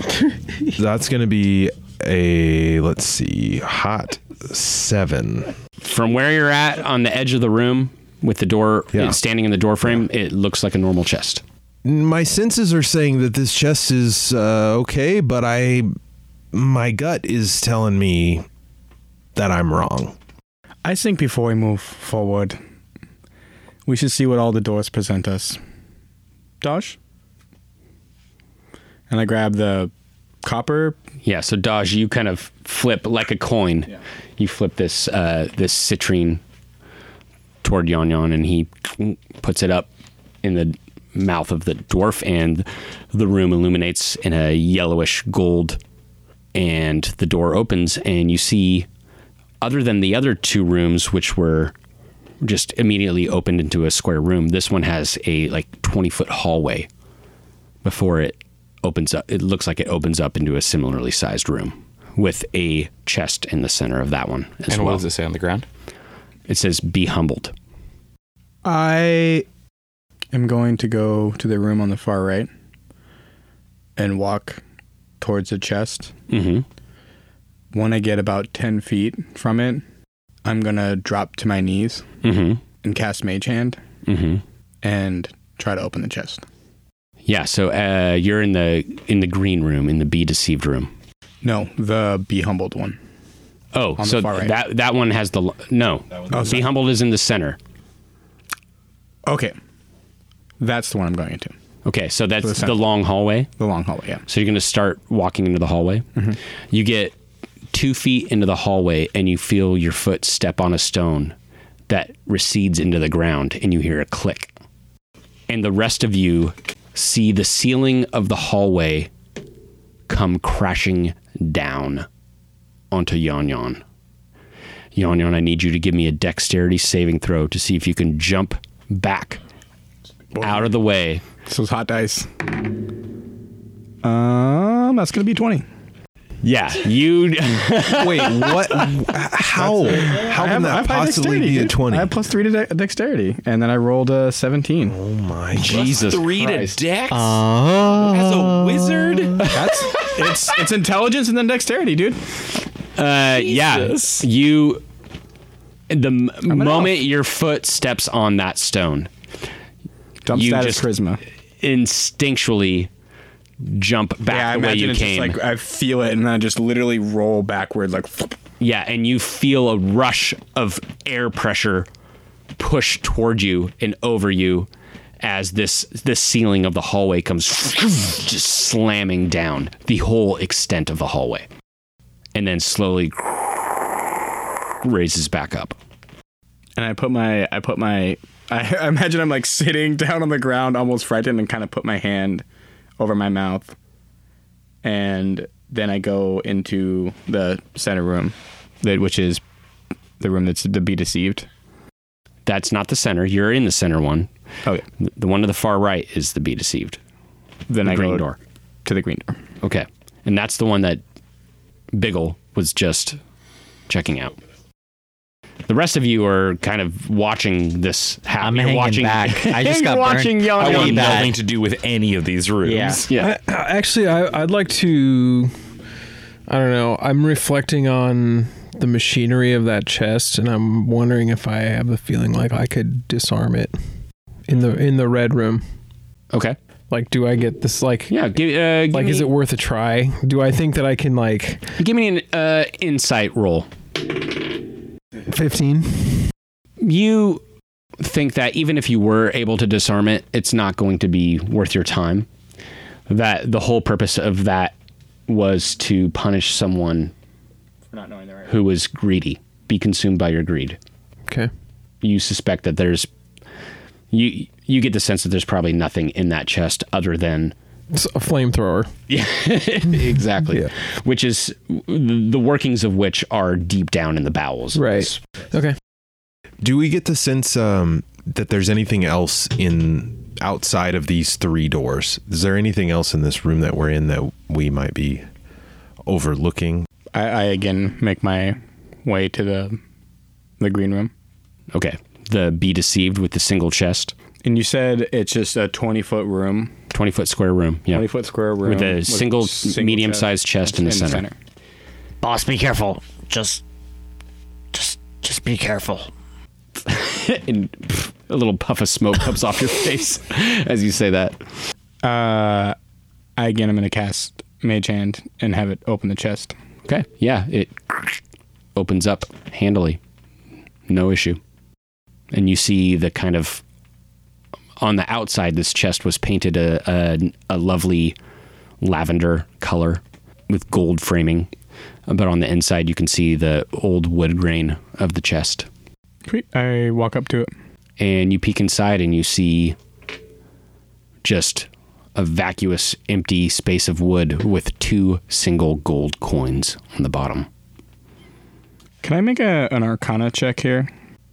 S6: That's going to be a, let's see, hot seven.
S2: From where you're at on the edge of the room with the door
S6: Yeah.
S2: standing in the door frame, it looks like a normal chest.
S14: My senses are saying that this chest is uh, okay, but I, my gut is telling me that I'm wrong.
S5: I think before we move forward, we should see what all the doors present us. Dosh?
S2: and I grab the copper. Yeah, so Dodge, you kind of flip like a coin. You flip this uh, this citrine toward Yon Yon, and he puts it up in the mouth of the dwarf, and the room illuminates in a yellowish gold. And the door opens, and you see, other than the other two rooms, which were just immediately opened into a square room, this one has a like twenty foot hallway before it opens up. It looks like it opens up into a similarly sized room with a chest in the center of that one as
S15: And what
S2: well.
S15: does it say on the ground?
S2: It says, "Be humbled."
S5: I am going to go to the room on the far right and walk towards the chest.
S2: Mm-hmm.
S5: When I get about 10 feet from it, I'm going to drop to my knees
S2: Mhm.
S5: and cast Mage Hand
S2: Mhm.
S5: and try to open the chest.
S2: Yeah. So uh, you're in the in the green room, in the be deceived room.
S5: No, the Be Humbled one.
S2: Oh,
S5: On the
S2: so
S5: far right.
S2: that that one has the l- no.
S5: Oh,
S2: Be humbled is in the center.
S5: Okay. That's the one I'm going into.
S2: Okay, so that's
S5: So the
S2: the,
S5: center.
S2: long hallway.
S5: The long hallway, yeah.
S2: So you're going to start walking into the hallway. You get two feet into the hallway, and you feel your foot step on a stone that recedes into the ground, and you hear a click. And the rest of you see the ceiling of the hallway come crashing down onto Yon Yon. Yon Yon, I need you to give me a dexterity saving throw to see if you can jump back out of the way.
S5: So it's hot dice. Um, that's gonna be twenty.
S2: Yeah, you.
S14: Wait, what? How? How
S5: I
S14: can
S5: have- I
S14: that
S5: have high
S14: possibly
S5: dexterity,
S14: be a
S5: dude.
S14: twenty?
S5: I have plus three to de- dexterity, and then I rolled a seventeen. Oh
S14: my
S2: Jesus!
S15: Three
S5: Christ.
S15: to dex?
S5: Uh,
S15: As a wizard?
S5: That's it's it's intelligence and then dexterity, dude.
S2: Uh, yeah, you. The m- moment your foot steps on that stone,
S5: Dump
S2: you
S5: status
S2: just
S5: charisma.
S2: instinctually jump back
S5: I
S2: the way
S5: imagine
S2: you
S5: it's
S2: came.
S5: just like I feel it, and then I just literally roll backward, like
S2: yeah, and you feel a rush of air pressure push toward you and over you as this this ceiling of the hallway comes just slamming down the whole extent of the hallway, and then slowly raises back up.
S5: and I put my I put my I, I imagine I'm like sitting down on the ground, almost frightened, and kind of put my hand over my mouth, and then I go into the center room, that which is the room that's to be deceived.
S2: That's not the center. You're in the center one.
S5: Okay.
S2: The one to the far right is the Be Deceived.
S5: Then
S2: the
S5: I
S2: green
S5: go
S2: door.
S5: to the green door.
S2: Okay. And that's the one that Biggle was just checking out. The rest of you are kind of watching this happen.
S9: I'm
S2: You're
S9: hanging
S2: watching,
S9: back. I just
S2: You're
S9: got
S2: watching
S9: burned.
S2: Yon
S9: I
S2: Yon
S9: want
S2: die.
S9: nothing
S8: to do with any of these
S2: Yeah.
S8: rooms.
S2: Yeah.
S3: I, I- actually, I, I'd like to. I don't know. I'm reflecting on the machinery of that chest, and I'm wondering if I have the feeling like I could disarm it in the in the red room.
S2: Okay.
S3: Like, do I get this? Like,
S2: yeah. Give, uh, give
S3: like, is
S2: me-
S3: it worth a try? Do I think that I can like?
S2: Give me an uh, insight roll.
S3: 15.
S2: You think that even if you were able to disarm it, it's not going to be worth your time. That the whole purpose of that was to punish someone who was greedy, be consumed by your greed.
S3: Okay.
S2: You suspect that there's you you get the sense that there's probably nothing in that chest other than
S3: It's a flamethrower.
S2: yeah, exactly. Which is the workings of which are deep down in the bowels. Right.
S3: Okay.
S6: Do we get the sense um, that there's anything else in outside of these three doors? Is there anything else in this room that we're in that we might be overlooking?
S5: I, I again make my way to the the green room.
S2: Okay. The be deceived with the single chest.
S5: And you said it's just a twenty foot room.
S2: Twenty foot square room. Yeah.
S5: 20 foot square room
S2: with a
S5: with
S2: single,
S5: single
S2: medium sized chest in the center.
S9: Boss, be careful. Just, just, just be careful.
S2: and pff, a little puff of smoke comes off your face as you say that.
S5: Uh, I again I'm gonna cast Mage Hand and have it open the chest.
S2: Okay. Yeah. It opens up handily. No issue. And you see the kind of on the outside this chest was painted a a, a lovely lavender color with gold framing. But on the inside you can see the old wood grain of the chest.
S5: Sweet. I walk up to it.
S2: and you peek inside and you see just a vacuous, empty space of wood with two single gold coins on the bottom.
S5: Can I make a, an Arcana check here?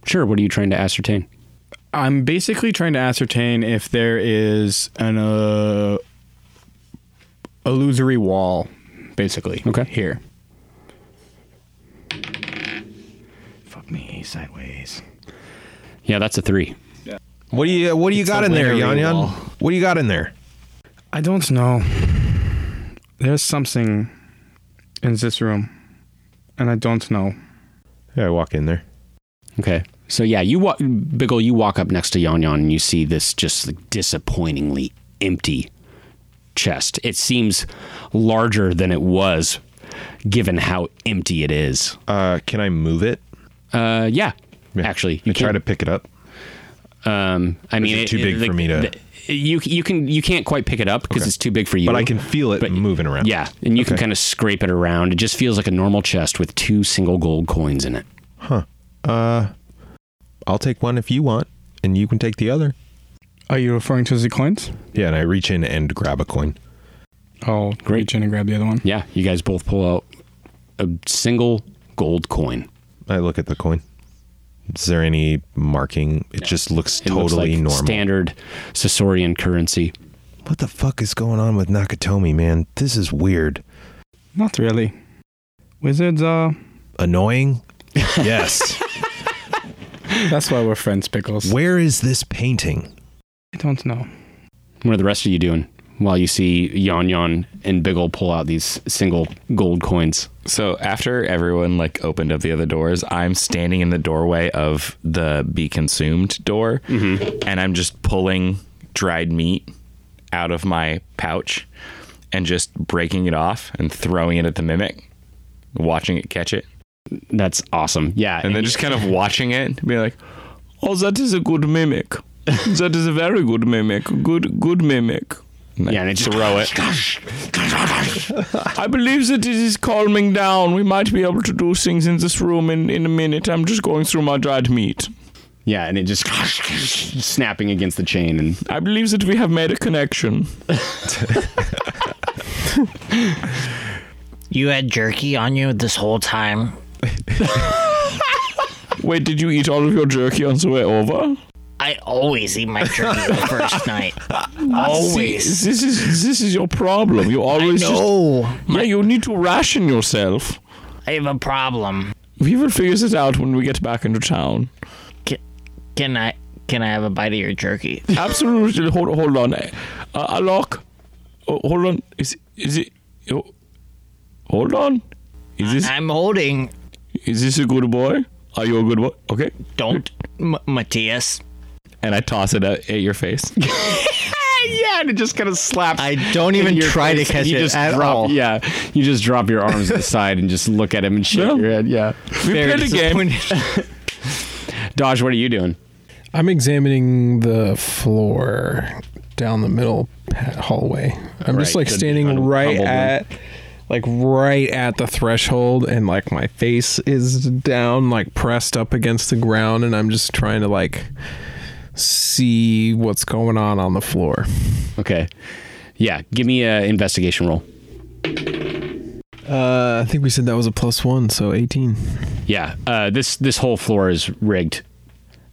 S2: Sure. What are you trying to ascertain?
S5: I'm basically trying to ascertain if there is an uh, illusory wall, basically. Okay. Here. Fuck me sideways.
S2: Yeah, that's a three.
S6: What do you What do you
S5: It's
S6: got
S5: a
S6: in there,
S5: winery
S6: Yan Yan?
S5: wall.
S6: What do you got in there?
S5: I don't know. There's something in this room, and I don't know.
S6: Yeah, I walk in there.
S2: Okay. So yeah, you walk, Biggle. You walk up next to Yon Yon, and you see this just like, disappointingly empty chest. It seems larger than it was, given how empty it is.
S6: Uh, can I move it?
S2: Uh, yeah. Actually, you
S6: I try
S2: can.
S6: to pick it up.
S2: Um, I
S6: Or is
S2: mean,
S6: it too big for me to-
S2: the- you you can you can't quite pick it up because
S6: Okay.
S2: it's too big for you.
S6: But I can feel it moving around.
S2: Yeah, and you can
S6: Okay.
S2: kind of scrape it around. It just feels like a normal chest with two single gold coins in it.
S6: Huh. Uh, I'll take one if you want, and you can take the other.
S5: Are you referring to the coins?
S6: Yeah, and I reach in and grab a coin.
S5: Oh, great! Reach in and grab the other one.
S2: Yeah, you guys both pull out a single gold coin.
S6: I look at the coin. Is there any marking? It just looks
S2: It
S6: totally
S2: looks like
S6: normal.
S2: standard Sasorian currency.
S6: what the fuck is going on with Nakatomi, man? This is weird.
S5: Not really. Wizards are.
S6: Annoying? Yes.
S5: That's why we're friends, Pickles.
S6: Where is this painting?
S5: I don't know.
S2: What are the rest of you doing while you see Yon Yon and Biggle pull out these single gold coins?
S8: So after everyone like opened up the other doors, I'm standing in the doorway of the be consumed door,
S6: Mm-hmm.
S8: and I'm just pulling dried meat out of my pouch and just breaking it off and throwing it at the mimic, watching it catch it.
S2: That's awesome. Yeah,
S8: and then just kind of watching it, and be like, "Oh, that is a good mimic. that is a very good mimic. Good, good mimic."
S2: yeah, and I just
S8: throw it. I believe that it is calming down. We might be able to do things in this room in, in a minute. I'm just going through my dried meat.
S2: Yeah, and it just snapping against the chain. And
S8: I believe that we have made a connection.
S9: You had jerky on you this whole time.
S8: Wait, did you eat all of your jerky on the way over?
S9: I always eat my jerky the first night. Always.
S8: See, this is this is your problem. You always
S9: know.
S8: just yeah. You need to ration yourself.
S9: I have a problem.
S8: We will figure this out when we get back into town.
S9: Can, can I can I have a bite of your jerky?
S8: Absolutely. hold hold on. Uh, Alok, oh, hold on. Is is it? oh, hold on. Is this?
S9: I'm holding.
S8: Is this a good boy? Are you a good boy? Okay.
S9: Don't, M- Matthias.
S8: And I toss it at, at your face.
S9: yeah,
S4: and it just kind of slaps.
S2: I don't even
S16: try to catch
S2: you
S16: it
S2: just
S16: at
S2: drop,
S16: all.
S2: Yeah, you just drop your arms to the side and just look at him and shake your head. Yeah,
S4: We
S2: Very
S4: played a game.
S2: disappointed. Dodge, what are you doing?
S3: I'm examining the floor down the middle pa- hallway. I'm just
S2: Right,
S3: like
S2: the
S3: standing
S2: un-
S3: right
S2: humbled one.
S3: at like right at the threshold and like my face is down like pressed up against the ground and I'm just trying to like see what's going on on the floor.
S2: Okay. Yeah, give me an investigation roll.
S3: Uh I think we said that was a plus 1, so 18.
S2: Yeah, uh, this this whole floor is rigged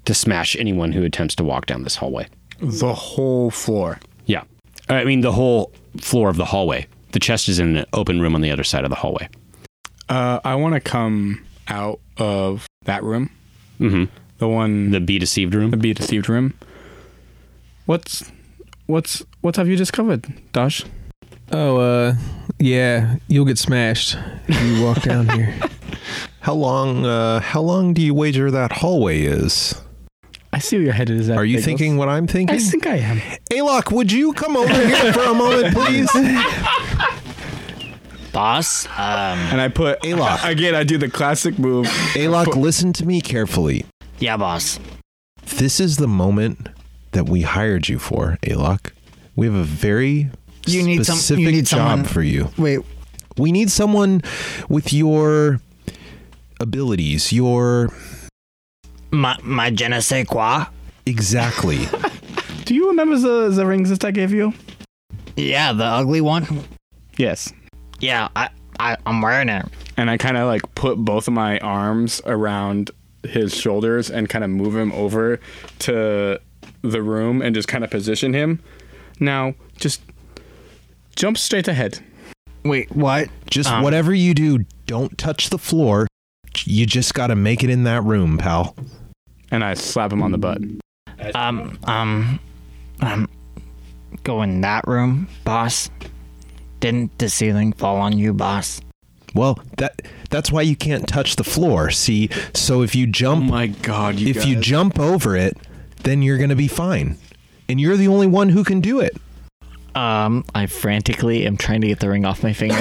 S2: to smash anyone who attempts to walk down this hallway.
S5: The whole floor.
S2: Yeah, I mean the whole floor of the hallway. The chest is in an open room on the other side of the hallway.
S5: Uh, I want to come out of that room.
S2: Mm-hmm.
S5: The one.
S2: The be deceived room.
S5: The be deceived room. What's what's what have you discovered, Dash?
S3: Oh uh yeah, you'll get smashed if you walk down here.
S6: How long? Uh, how long do you wager that hallway is?
S5: I see where your head is at.
S6: Are you
S5: Bagels.
S6: thinking what I'm thinking?
S5: I think I am.
S6: Alok, would you come over here for a moment, please?
S9: Boss, um,
S5: And I put
S6: Alok.
S5: again. I do the classic move.
S6: Alok, listen to me carefully.
S9: yeah, boss.
S6: This is the moment that we hired you for, Alok. We have a very
S9: You need some- you
S6: specific
S9: need
S6: job
S9: someone-
S6: for you.
S9: Wait.
S6: We need someone with your abilities, your
S9: My, my je ne sais quoi?
S6: exactly.
S5: Do you remember the the rings that I gave you?
S9: Yeah, the ugly one?
S5: Yes.
S9: Yeah, I, I, I'm wearing it.
S5: And I kind of like put both of my arms around his shoulders and kind of move him over to the room and just kind of position him. Now, just jump straight ahead.
S9: Wait, what?
S6: Just
S9: Um,
S6: whatever you do, don't touch the floor. You just got to make it in that room, pal.
S5: And I slap him on the butt.
S9: Um, um, um, go in that room, boss. Didn't the ceiling fall on you, boss?
S6: Well, that that's why you can't touch the floor. See, so if you jump,
S2: my god,
S6: if you jump over it, then you're gonna be fine, and you're the only one who can do it.
S8: Um, I frantically am trying to get the ring off my finger.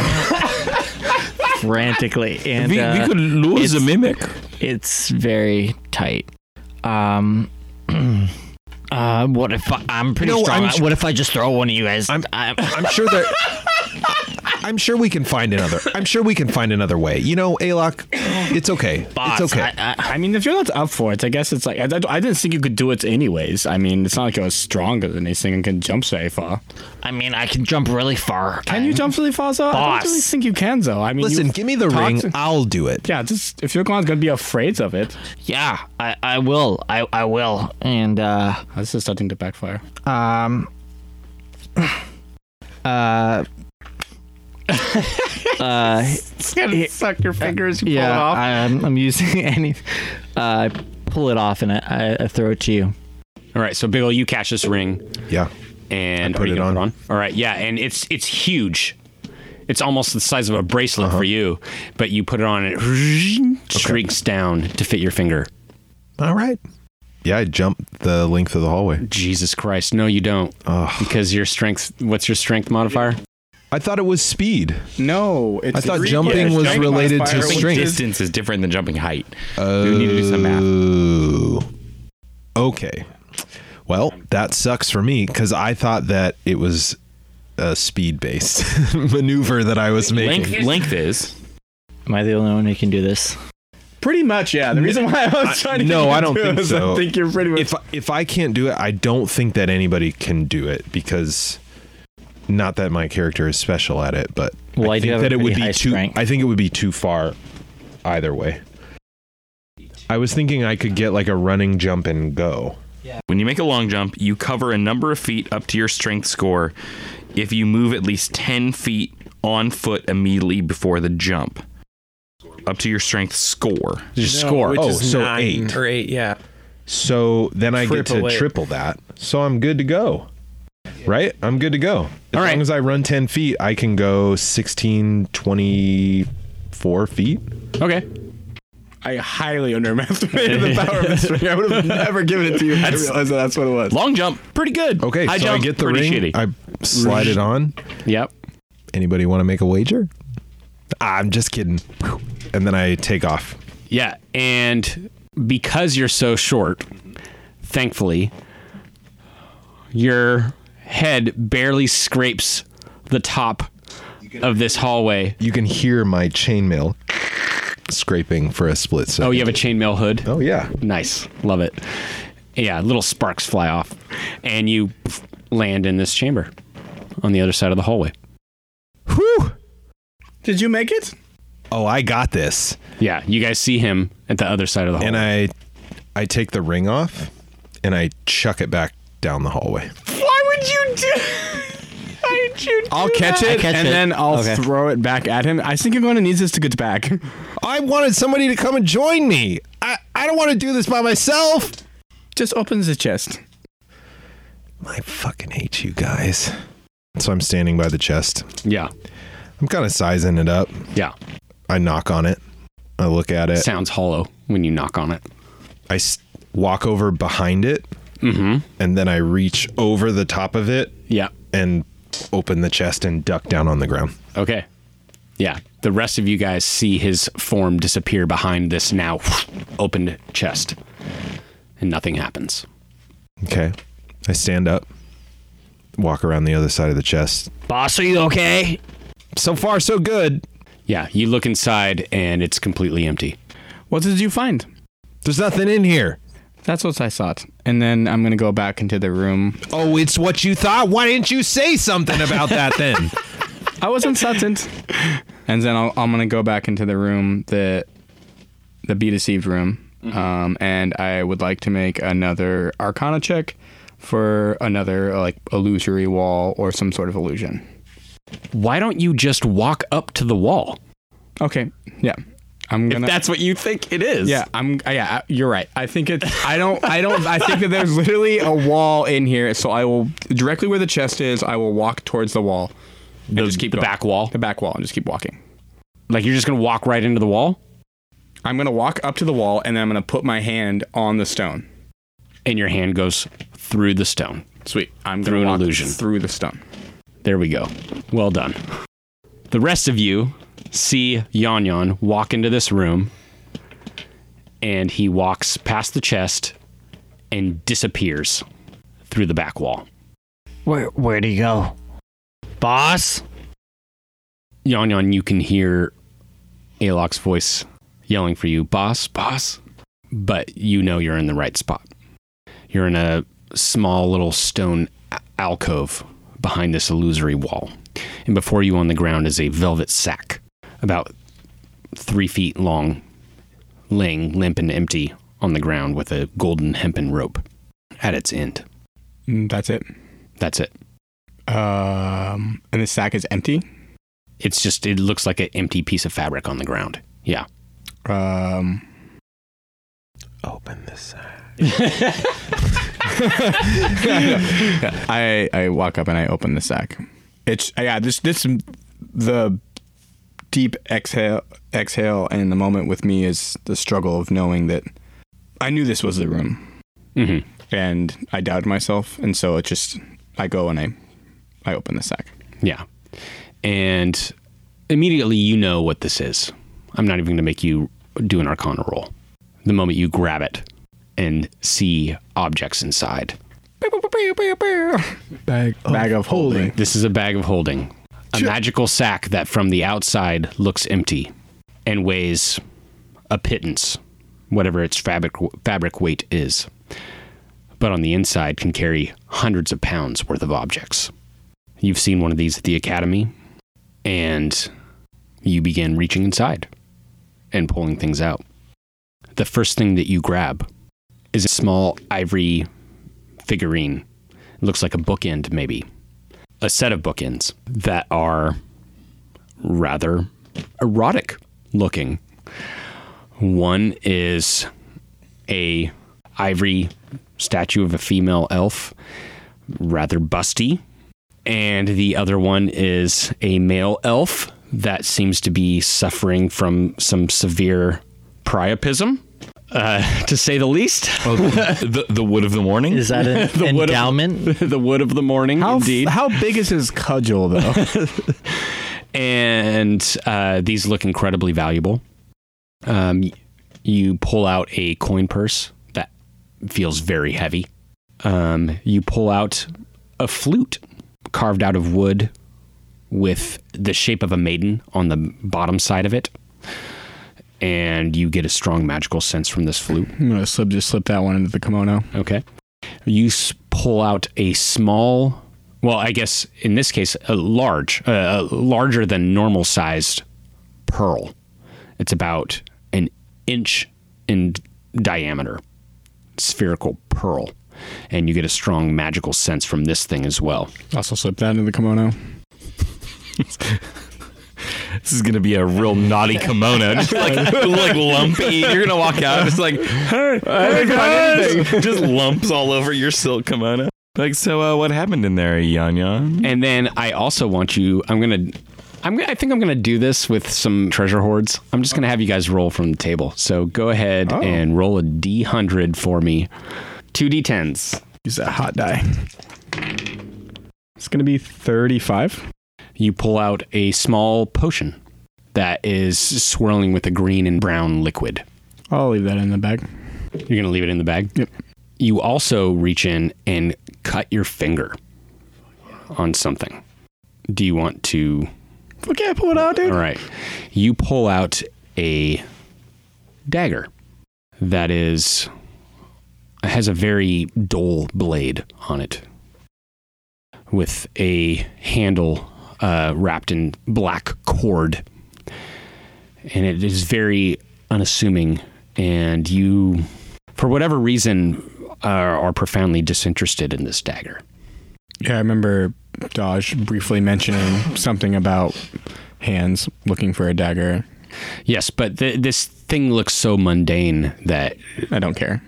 S8: frantically, and
S4: We- we
S8: uh,
S4: could lose
S8: it's-
S4: the mimic.
S8: It's very tight. Um,
S9: Uh, what if I, I'm pretty
S6: No,
S9: strong?
S6: I'm sh-
S9: what if I just throw one of you guys? I'm,
S6: I'm sure that. I'm sure we can find another. I'm sure we can find another way. You know, Alok, it's okay.
S9: Boss,
S6: it's okay.
S9: I, I,
S5: I mean, if you're not up for it, I guess it's like I, I didn't think you could do it anyways. I mean, it's not like you're stronger than anything and can jump very far.
S9: I mean, I can jump really far.
S5: Can you jump really far, though? I
S9: Boss.
S5: don't really think you can, though. I mean,
S6: Listen,
S5: you've
S6: give me the
S5: talked
S6: ring.
S5: to-
S6: I'll do it.
S5: yeah, just if your client's gonna be afraid of it,
S9: Yeah, I, I will. I, I will. And, uh,
S5: Ah, this is starting to backfire.
S8: um, uh, uh,
S5: It's gonna suck your fingers. You
S8: yeah, I'm, I'm using any. Uh, I pull it off and I, I throw it to you.
S2: All right, so Biggle, you catch this ring,
S6: Yeah.
S2: and
S6: I
S2: are
S6: put
S2: you
S6: it
S2: gonna
S6: on.
S2: put it on? All right, yeah, and it's it's huge. It's almost the size of a bracelet for you, but you put it on and it shrinks down to fit your finger.
S6: All right. Yeah, I jumped the length of the hallway.
S2: Jesus Christ, no, you don't,
S6: Ugh.
S2: because your strength. What's your strength modifier?
S6: I thought it was speed.
S5: No, it's
S6: I thought
S5: three-
S6: jumping
S5: yeah,
S6: was
S5: jumping
S6: related
S5: modifier,
S6: to
S5: which
S6: strength.
S5: is-
S4: Distance is different than jumping height.
S6: Oh.
S4: We need to do some
S6: Okay. Well, that sucks for me because I thought that it was a speed based maneuver that I was making.
S4: Length, length is.
S8: Am I the only one who can do this?
S5: Pretty much, yeah. The reason why I was trying to get
S6: no,
S5: you
S6: I
S5: to
S6: don't
S5: do it
S6: think
S5: is
S6: so.
S5: I think you're pretty much.
S6: If if I can't do it, I don't think that anybody can do it because not that my character is special at it, but
S8: Well, I do
S6: think
S8: have a
S6: that it would
S8: pretty
S6: be
S8: high
S6: too.
S8: strength.
S6: I think it would be too far either way. I was thinking I could get like a running jump and go.
S4: When you make a long jump, you cover a number of feet up to your strength score if you move at least 10 feet on foot immediately before the jump. Up to your strength score.
S2: Just score.
S6: Oh, so eight.
S3: or 8, yeah.
S6: So then I get to
S3: Triple it.
S6: triple that. So I'm good to go. Right? I'm good to go. As
S2: All right.
S6: long as I run 10 feet, I can go 16, 24 feet.
S2: Okay.
S5: I highly underestimated the power of this ring. I would have never given it to you. if I
S17: That's-
S5: realized that that's what it was.
S17: Long jump, pretty good.
S6: Okay,
S17: High
S6: so I
S17: jump,
S6: get the
S17: pretty
S6: ring.
S17: shitty.
S6: I slide it on.
S17: Yep.
S6: Anybody want to make a wager? Ah, I'm just kidding. And then I take off.
S2: Yeah, and because you're so short, thankfully, your head barely scrapes the top of this hallway.
S6: You can hear my chainmail scraping for a split second.
S2: Oh, you have a chainmail hood?
S6: Oh, yeah.
S2: Nice. Love it. Yeah, little sparks fly off, and you land in this chamber on the other side of the hallway.
S5: Did you make it?
S6: Oh, I got this.
S2: Yeah, you guys see him at the other side of the
S5: Oh.
S2: hallway.
S6: And I I take the ring off and I chuck it back down the hallway.
S5: Why would you do? Why would you do I'll catch
S6: that?
S5: it
S6: I catch
S5: and
S6: it.
S5: then I'll
S6: Okay.
S5: throw it back at him. I think I'm going to need this to get back.
S6: I wanted somebody to come and join me. I, I don't want to do this by myself.
S5: Just open the chest.
S6: I fucking hate you guys. So I'm standing by the chest.
S2: Yeah.
S6: I'm kind of sizing it up.
S2: Yeah.
S6: I knock on it. I look at
S5: Uh,
S6: it.
S2: Sounds hollow when you knock on it.
S6: I s- walk over behind it.
S2: Mm-hmm.
S6: And then I reach over the top of it.
S2: Yeah.
S6: And open the chest and duck down on the ground.
S2: Okay. Yeah. The rest of you guys see his form disappear behind this now opened chest, and nothing happens.
S6: Okay. I stand up, walk around the other side of the chest.
S2: Boss, are you okay?
S6: So far, so good.
S2: Yeah. You look inside, and it's completely empty.
S5: What did you find?
S6: There's nothing in here.
S5: That's what I thought. And then I'm going to go back into the room.
S6: Oh, it's what you thought. Why didn't you say something about that then?
S5: I was insultant. and then I'll, I'm going to go back into the room, the the be deceived room,
S2: Mm-hmm.
S5: um, and I would like to make another Arcana check for another like illusory wall or some sort of illusion.
S2: Why don't you just walk up to the wall?
S5: Okay. Yeah. I'm gonna.
S2: That's what you think it is.
S5: Yeah, I'm. uh, Yeah, I- you're right. I think it's. I don't. I don't. I think that there's literally a wall in here. So I will directly where the chest is. I will walk towards the wall. The, just keep the
S2: back wall.
S5: The back wall, and just keep walking.
S2: Like you're just gonna walk right into the wall,
S5: I'm gonna walk up to the wall, and then I'm gonna put my hand on the stone.
S2: and your hand goes through the stone.
S5: Sweet. I'm gonna
S2: Through an
S5: walk
S2: illusion.
S5: through the stone.
S2: There we go. Well done. The rest of you see Yon Yon walk into this room, and he walks past the chest and disappears through the back wall.
S9: Where where'd he go? Boss?
S2: Yon Yon, you can hear Alok's voice yelling for you, boss, boss. But you know you're in the right spot. You're in a small little stone a- alcove behind this illusory wall. And before you on the ground is a velvet sack, about three feet long, laying limp and empty on the ground with a golden hempen rope at its end.
S5: Mm, That's it.
S2: That's it.
S5: Um, and the sack is empty.
S2: It's just, it looks like an empty piece of fabric on the ground. Yeah.
S5: Um,
S6: Open this sack.
S5: I I walk up and I open the sack. It's yeah. This this the deep exhale exhale and the moment with me is the struggle of knowing that I knew this was the room
S2: hmm
S5: and I doubted myself and so it just I go and I I open the sack.
S2: Yeah. And immediately you know what this is. I'm not even going to make you do an arcana roll. The moment you grab it and see objects inside,
S5: Bag bag of holding.
S2: this is a bag of holding, a magical sack that from the outside looks empty and weighs a pittance, whatever its fabric, fabric weight is, but on the inside can carry hundreds of pounds worth of objects. You've seen one of these at the academy, and you begin reaching inside and pulling things out. The first thing that you grab is a small ivory figurine. It looks like a bookend, maybe. A set of bookends that are rather erotic looking. One is a ivory statue of a female elf, rather busty, and the other one is a male elf that seems to be suffering from some severe priapism, uh, to say the least.
S18: Oh, the, the wood of the morning
S10: is that an
S2: wood of-
S10: endowment?
S2: the wood of the morning, indeed.
S5: How big is his cudgel, though?
S2: and uh, these look incredibly valuable. Um, y- you pull out a coin purse that feels very heavy. Um, you pull out a flute carved out of wood with the shape of a maiden on the bottom side of it. And you get a strong magical sense from this flute.
S5: I'm gonna slip just slip that one into the kimono.
S2: Okay. You s- pull out a small, well, I guess in this case, a large, uh, a larger than normal sized pearl. It's about an inch in diameter, spherical pearl. And you get a strong magical sense from this thing as well.
S5: Also slip that into the kimono.
S18: This is gonna be a real naughty kimono, just like like lumpy. You're gonna walk out, it's like hey,
S7: hey, guys!"
S18: just lumps all over your silk kimono. Like, so uh, what happened in there, Yan Yan?
S2: And then I also want you. I'm gonna. I'm. gonna- I think I'm gonna do this with some treasure hoards. I'm just gonna have you guys roll from the table. So go ahead and roll a d100 for me. Two d10s.
S5: Use that hot die. It's gonna be 35.
S2: You pull out a small potion that is swirling with a green and brown liquid.
S5: I'll leave that in the bag.
S2: You're gonna leave it in the bag.
S5: Yep.
S2: You also reach in and cut your finger on something. Do you want to
S5: Okay, pull it out, dude.
S2: All right. You pull out a dagger that is has a very dull blade on it with a handle uh, wrapped in black cord. And it is very unassuming and you for whatever reason are, are profoundly disinterested in this dagger.
S5: Yeah, I remember Dodge briefly mentioning something about hands looking for a dagger.
S2: Yes, but th- this thing looks so mundane that
S5: I don't care.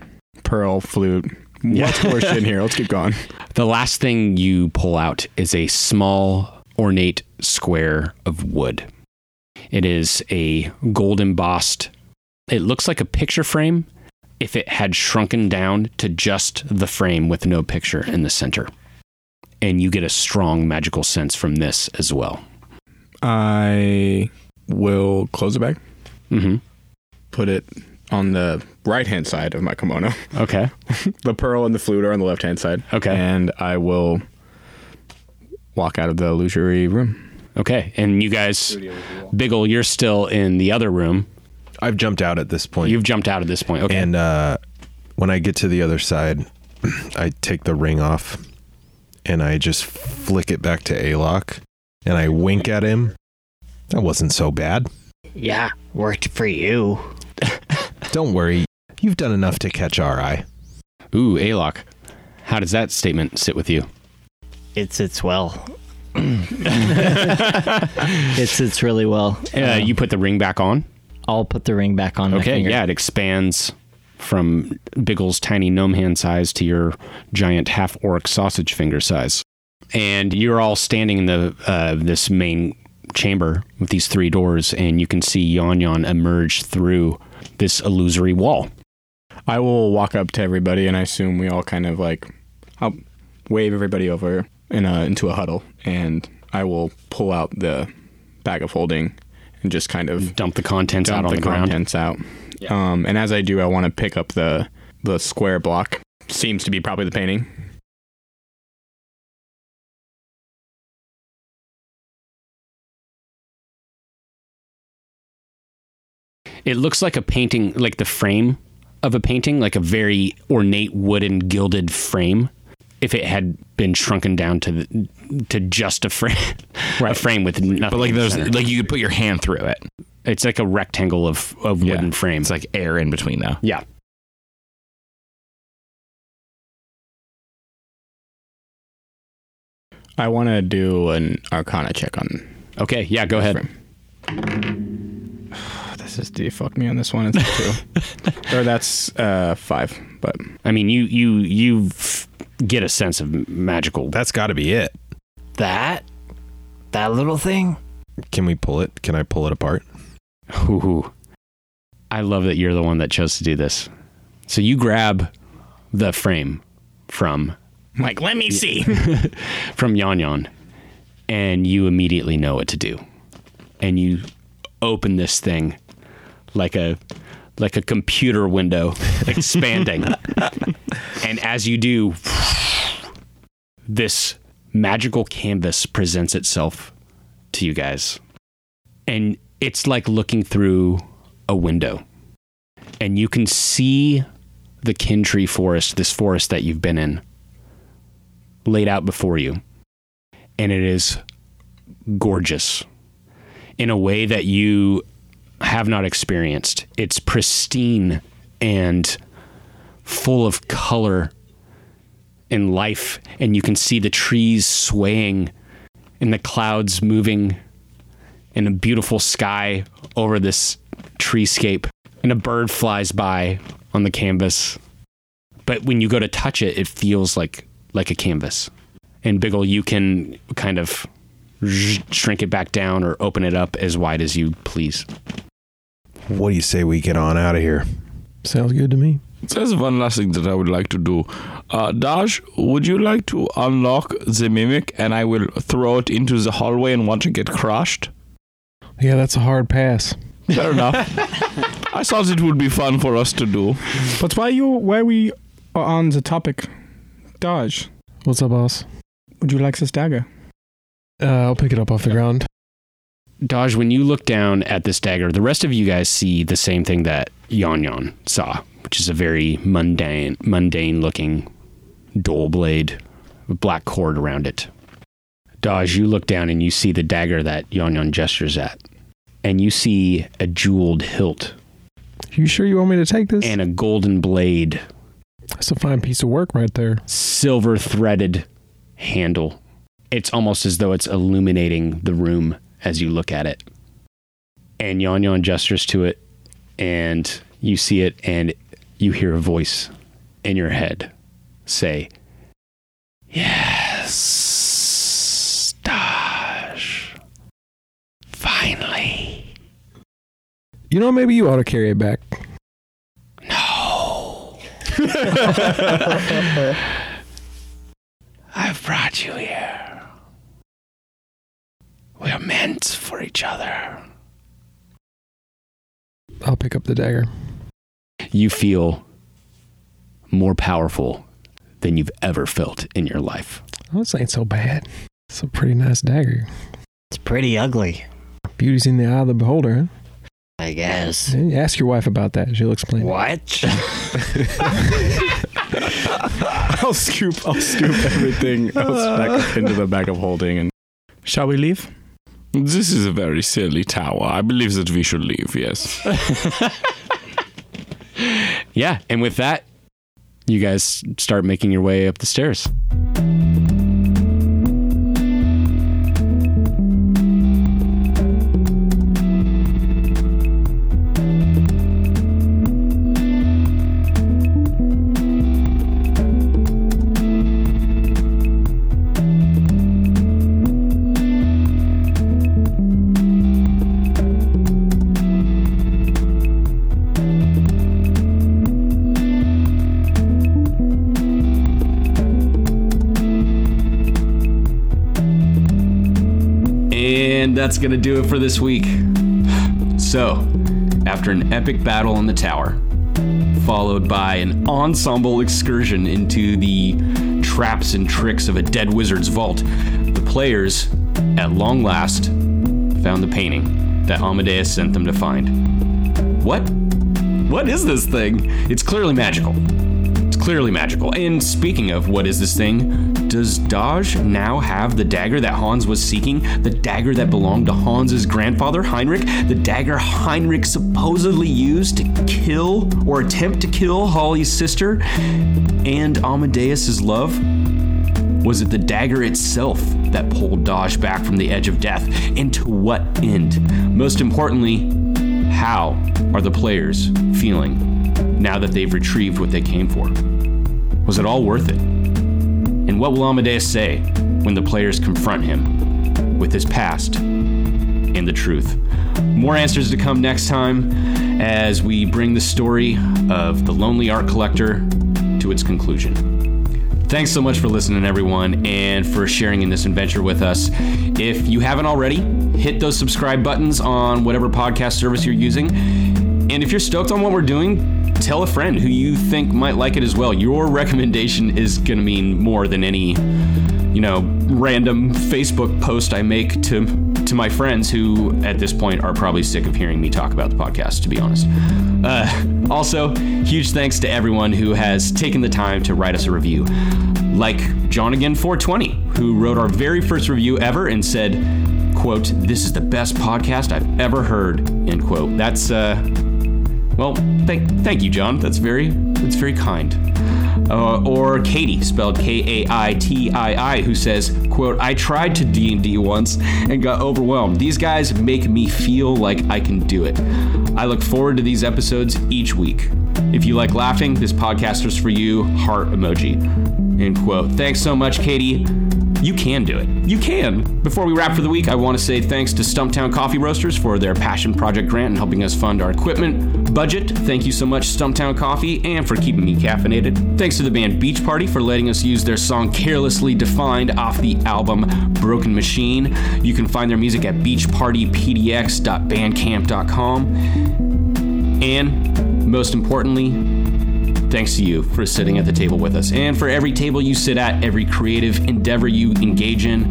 S5: Pearl flute. What's more shit in here? Let's keep going.
S2: The last thing you pull out is a small, ornate square of wood. It is a gold embossed, it looks like a picture frame if it had shrunken down to just the frame with no picture in the center. And you get a strong magical sense from this as well.
S5: I will close the bag.
S2: Mm-hmm.
S5: Put it on the right hand side of my kimono.
S2: Okay.
S5: the pearl and the flute are on the left hand side.
S2: Okay.
S5: And I will walk out of the illusory room.
S2: Okay. And you guys, Biggle, you're still in the other room.
S6: I've jumped out at this point.
S2: You've jumped out at this point. Okay.
S6: And uh, when I get to the other side, I take the ring off and I just flick it back to Alok and I wink at him. That wasn't so bad.
S9: Yeah, worked for you.
S6: Don't worry. You've done enough to catch our eye.
S2: Ooh, Alok. How does that statement sit with you?
S9: It's it's well.
S10: It's it's really well.
S2: Uh, you put the ring back on.
S10: I'll put the ring back on. my
S2: Okay,
S10: finger.
S2: yeah, it expands from Biggle's tiny gnome hand size to your giant half orc sausage finger size. And you're all standing in the uh, this main chamber with these three doors, and you can see Yon Yon emerge through this illusory wall.
S5: I will walk up to everybody and I assume we all kind of like I'll wave everybody over in a, into a huddle and I will pull out the bag of holding and just kind of
S2: dump the contents
S5: dump
S2: Mm. out on the ground.
S5: contents out. Um, and as I do, I want to pick up the the square block. Seems to be probably the painting.
S2: It looks like a painting, like the frame of a painting, like a very ornate wooden gilded frame. If it had been shrunken down to the, to just a frame, a frame with nothing.
S18: But like
S2: in the
S18: there's
S2: center.
S18: like you could put your hand through it.
S2: It's like a rectangle of, of wooden frame.
S18: It's like air in between though.
S2: Yeah.
S5: I want to do an Arcana check on.
S2: Okay, yeah, go ahead.
S5: This is you fucked me on this one. It's a two, or that's uh, five. But
S2: I mean, you you you f- get a sense of magical.
S6: That's got to be it.
S9: That that little thing.
S6: Can we pull it? Can I pull it apart?
S2: Ooh. I love that you're the one that chose to do this. So you grab the frame from
S5: Like, let me see.
S2: from Yon Yon, and you immediately know what to do, and you open this thing like a like a computer window expanding, and as you do, this magical canvas presents itself to you guys, and it's like looking through a window, and you can see the kin tree forest, this forest that you've been in laid out before you. And it is gorgeous in a way that you have not experienced. It's pristine and full of color and life. And you can see the trees swaying and the clouds moving in a beautiful sky over this treescape. And a bird flies by on the canvas. But when you go to touch it, it feels like like a canvas. And Biggle, you can kind of zzz, shrink it back down or open it up as wide as you please.
S12: What do you say we get on out of here?
S3: Sounds good to me.
S8: There's one last thing that I would like to do. Uh, Dash, would you like to unlock the mimic and I will throw it into the hallway and watch it get crushed?
S3: Yeah, that's a hard pass.
S8: Fair enough. I thought it would be fun for us to do.
S13: But why you why we are on the topic, Dodge?
S3: What's up, boss?
S13: Would you like this dagger?
S3: Uh, I'll pick it up off the ground.
S2: Dodge, when you look down at this dagger, the rest of you guys see the same thing that Yon Yon saw, which is a very mundane, mundane looking dull blade with black cord around it. Dodge, you look down and you see the dagger that Yon Yon gestures at, and you see a jeweled hilt
S3: You sure you want me to take this?
S2: and a golden blade,
S3: That's a fine piece of work right there.
S2: silver threaded handle. It's almost as though it's illuminating the room as you look at it. And Yon Yon gestures to it, and you see it, and you hear a voice in your head say, Yes, Dash. Finally.
S3: You know, maybe you ought to carry it back.
S2: I've brought you here. We're meant for each other.
S3: I'll pick up the dagger.
S2: You feel more powerful than you've ever felt in your life.
S3: Oh, this ain't so bad. It's a pretty nice dagger.
S9: It's pretty ugly,
S3: Beauty's in the eye of the beholder,
S9: I guess.
S3: huh? Ask your wife about that. She'll explain.
S9: What?
S13: I'll scoop. I'll scoop everything else back up into the bag of holding. And shall we leave?
S8: This is a very silly tower. I believe that we should leave, yes.
S2: Yeah, and with that, you guys start making your way up the stairs.
S4: And that's going to do it for this week. So, after an epic battle in the tower, followed by an ensemble excursion into the traps and tricks of a dead wizard's vault, the players, at long last, found the painting that Amadeus sent them to find. What? What is this thing? It's clearly magical. It's clearly magical. And speaking of what is this thing, does Daj now have the dagger that Hans was seeking? The dagger that belonged to Hans's grandfather, Heinrich? The dagger Heinrich supposedly used to kill or attempt to kill Holly's sister and Amadeus's love? Was it the dagger itself that pulled Daj back from the edge of death? And to what end? Most importantly, how are the players feeling now that they've retrieved what they came for? Was it all worth it? And what will Amadeus say when the players confront him with his past and the truth? More answers to come next time. as we bring the story of the Lonely Art Collector to its conclusion. Thanks so much for listening, everyone, and for sharing in this adventure with us. If you haven't already, hit those subscribe buttons on whatever podcast service you're using. And if you're stoked on what we're doing, tell a friend who you think might like it as well. Your recommendation is going to mean more than any, you know, random Facebook post I make to to my friends who at this point are probably sick of hearing me talk about the podcast to be honest. Uh, also, huge thanks to everyone who has taken the time to write us a review like John again 420, who wrote our very first review ever and said, "quote This is the best podcast I've ever heard." End quote. That's uh, well, thank thank you, John. That's very that's very kind. Uh, or Katie, spelled K-A-I-T-I-I, who says, "quote I tried to D and D once and got overwhelmed. These guys make me feel like I can do it. I look forward to these episodes each week. If you like laughing, this podcaster's for you. Heart emoji." End quote. Thanks so much, Katie. You can do it. You can. Before we wrap for the week, I want to say thanks to Stumptown Coffee Roasters for their passion project grant and helping us fund our equipment budget. Thank you so much, Stumptown Coffee, and for keeping me caffeinated. Thanks to the band Beach Party for letting us use their song Carelessly Defined off the album Broken Machine. You can find their music at beachpartypdx.bandcamp.com. And most importantly, Thanks to you for sitting at the table with us and for every table you sit at, every creative endeavor you engage in,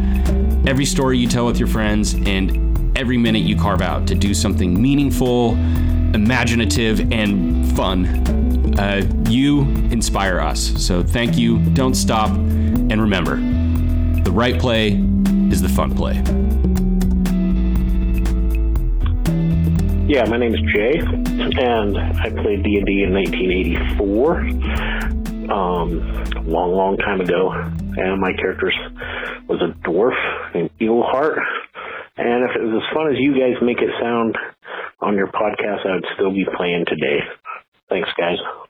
S4: every story you tell with your friends, and every minute you carve out to do something meaningful, imaginative, and fun. Uh, you inspire us. So thank you. Don't stop. And remember the right play is the fun play.
S19: Yeah, my name is Jay, and I played D and D in 1984, um, long, long time ago. And my character was a dwarf named Eelheart. And if it was as fun as you guys make it sound on your podcast, I would still be playing today. Thanks, guys.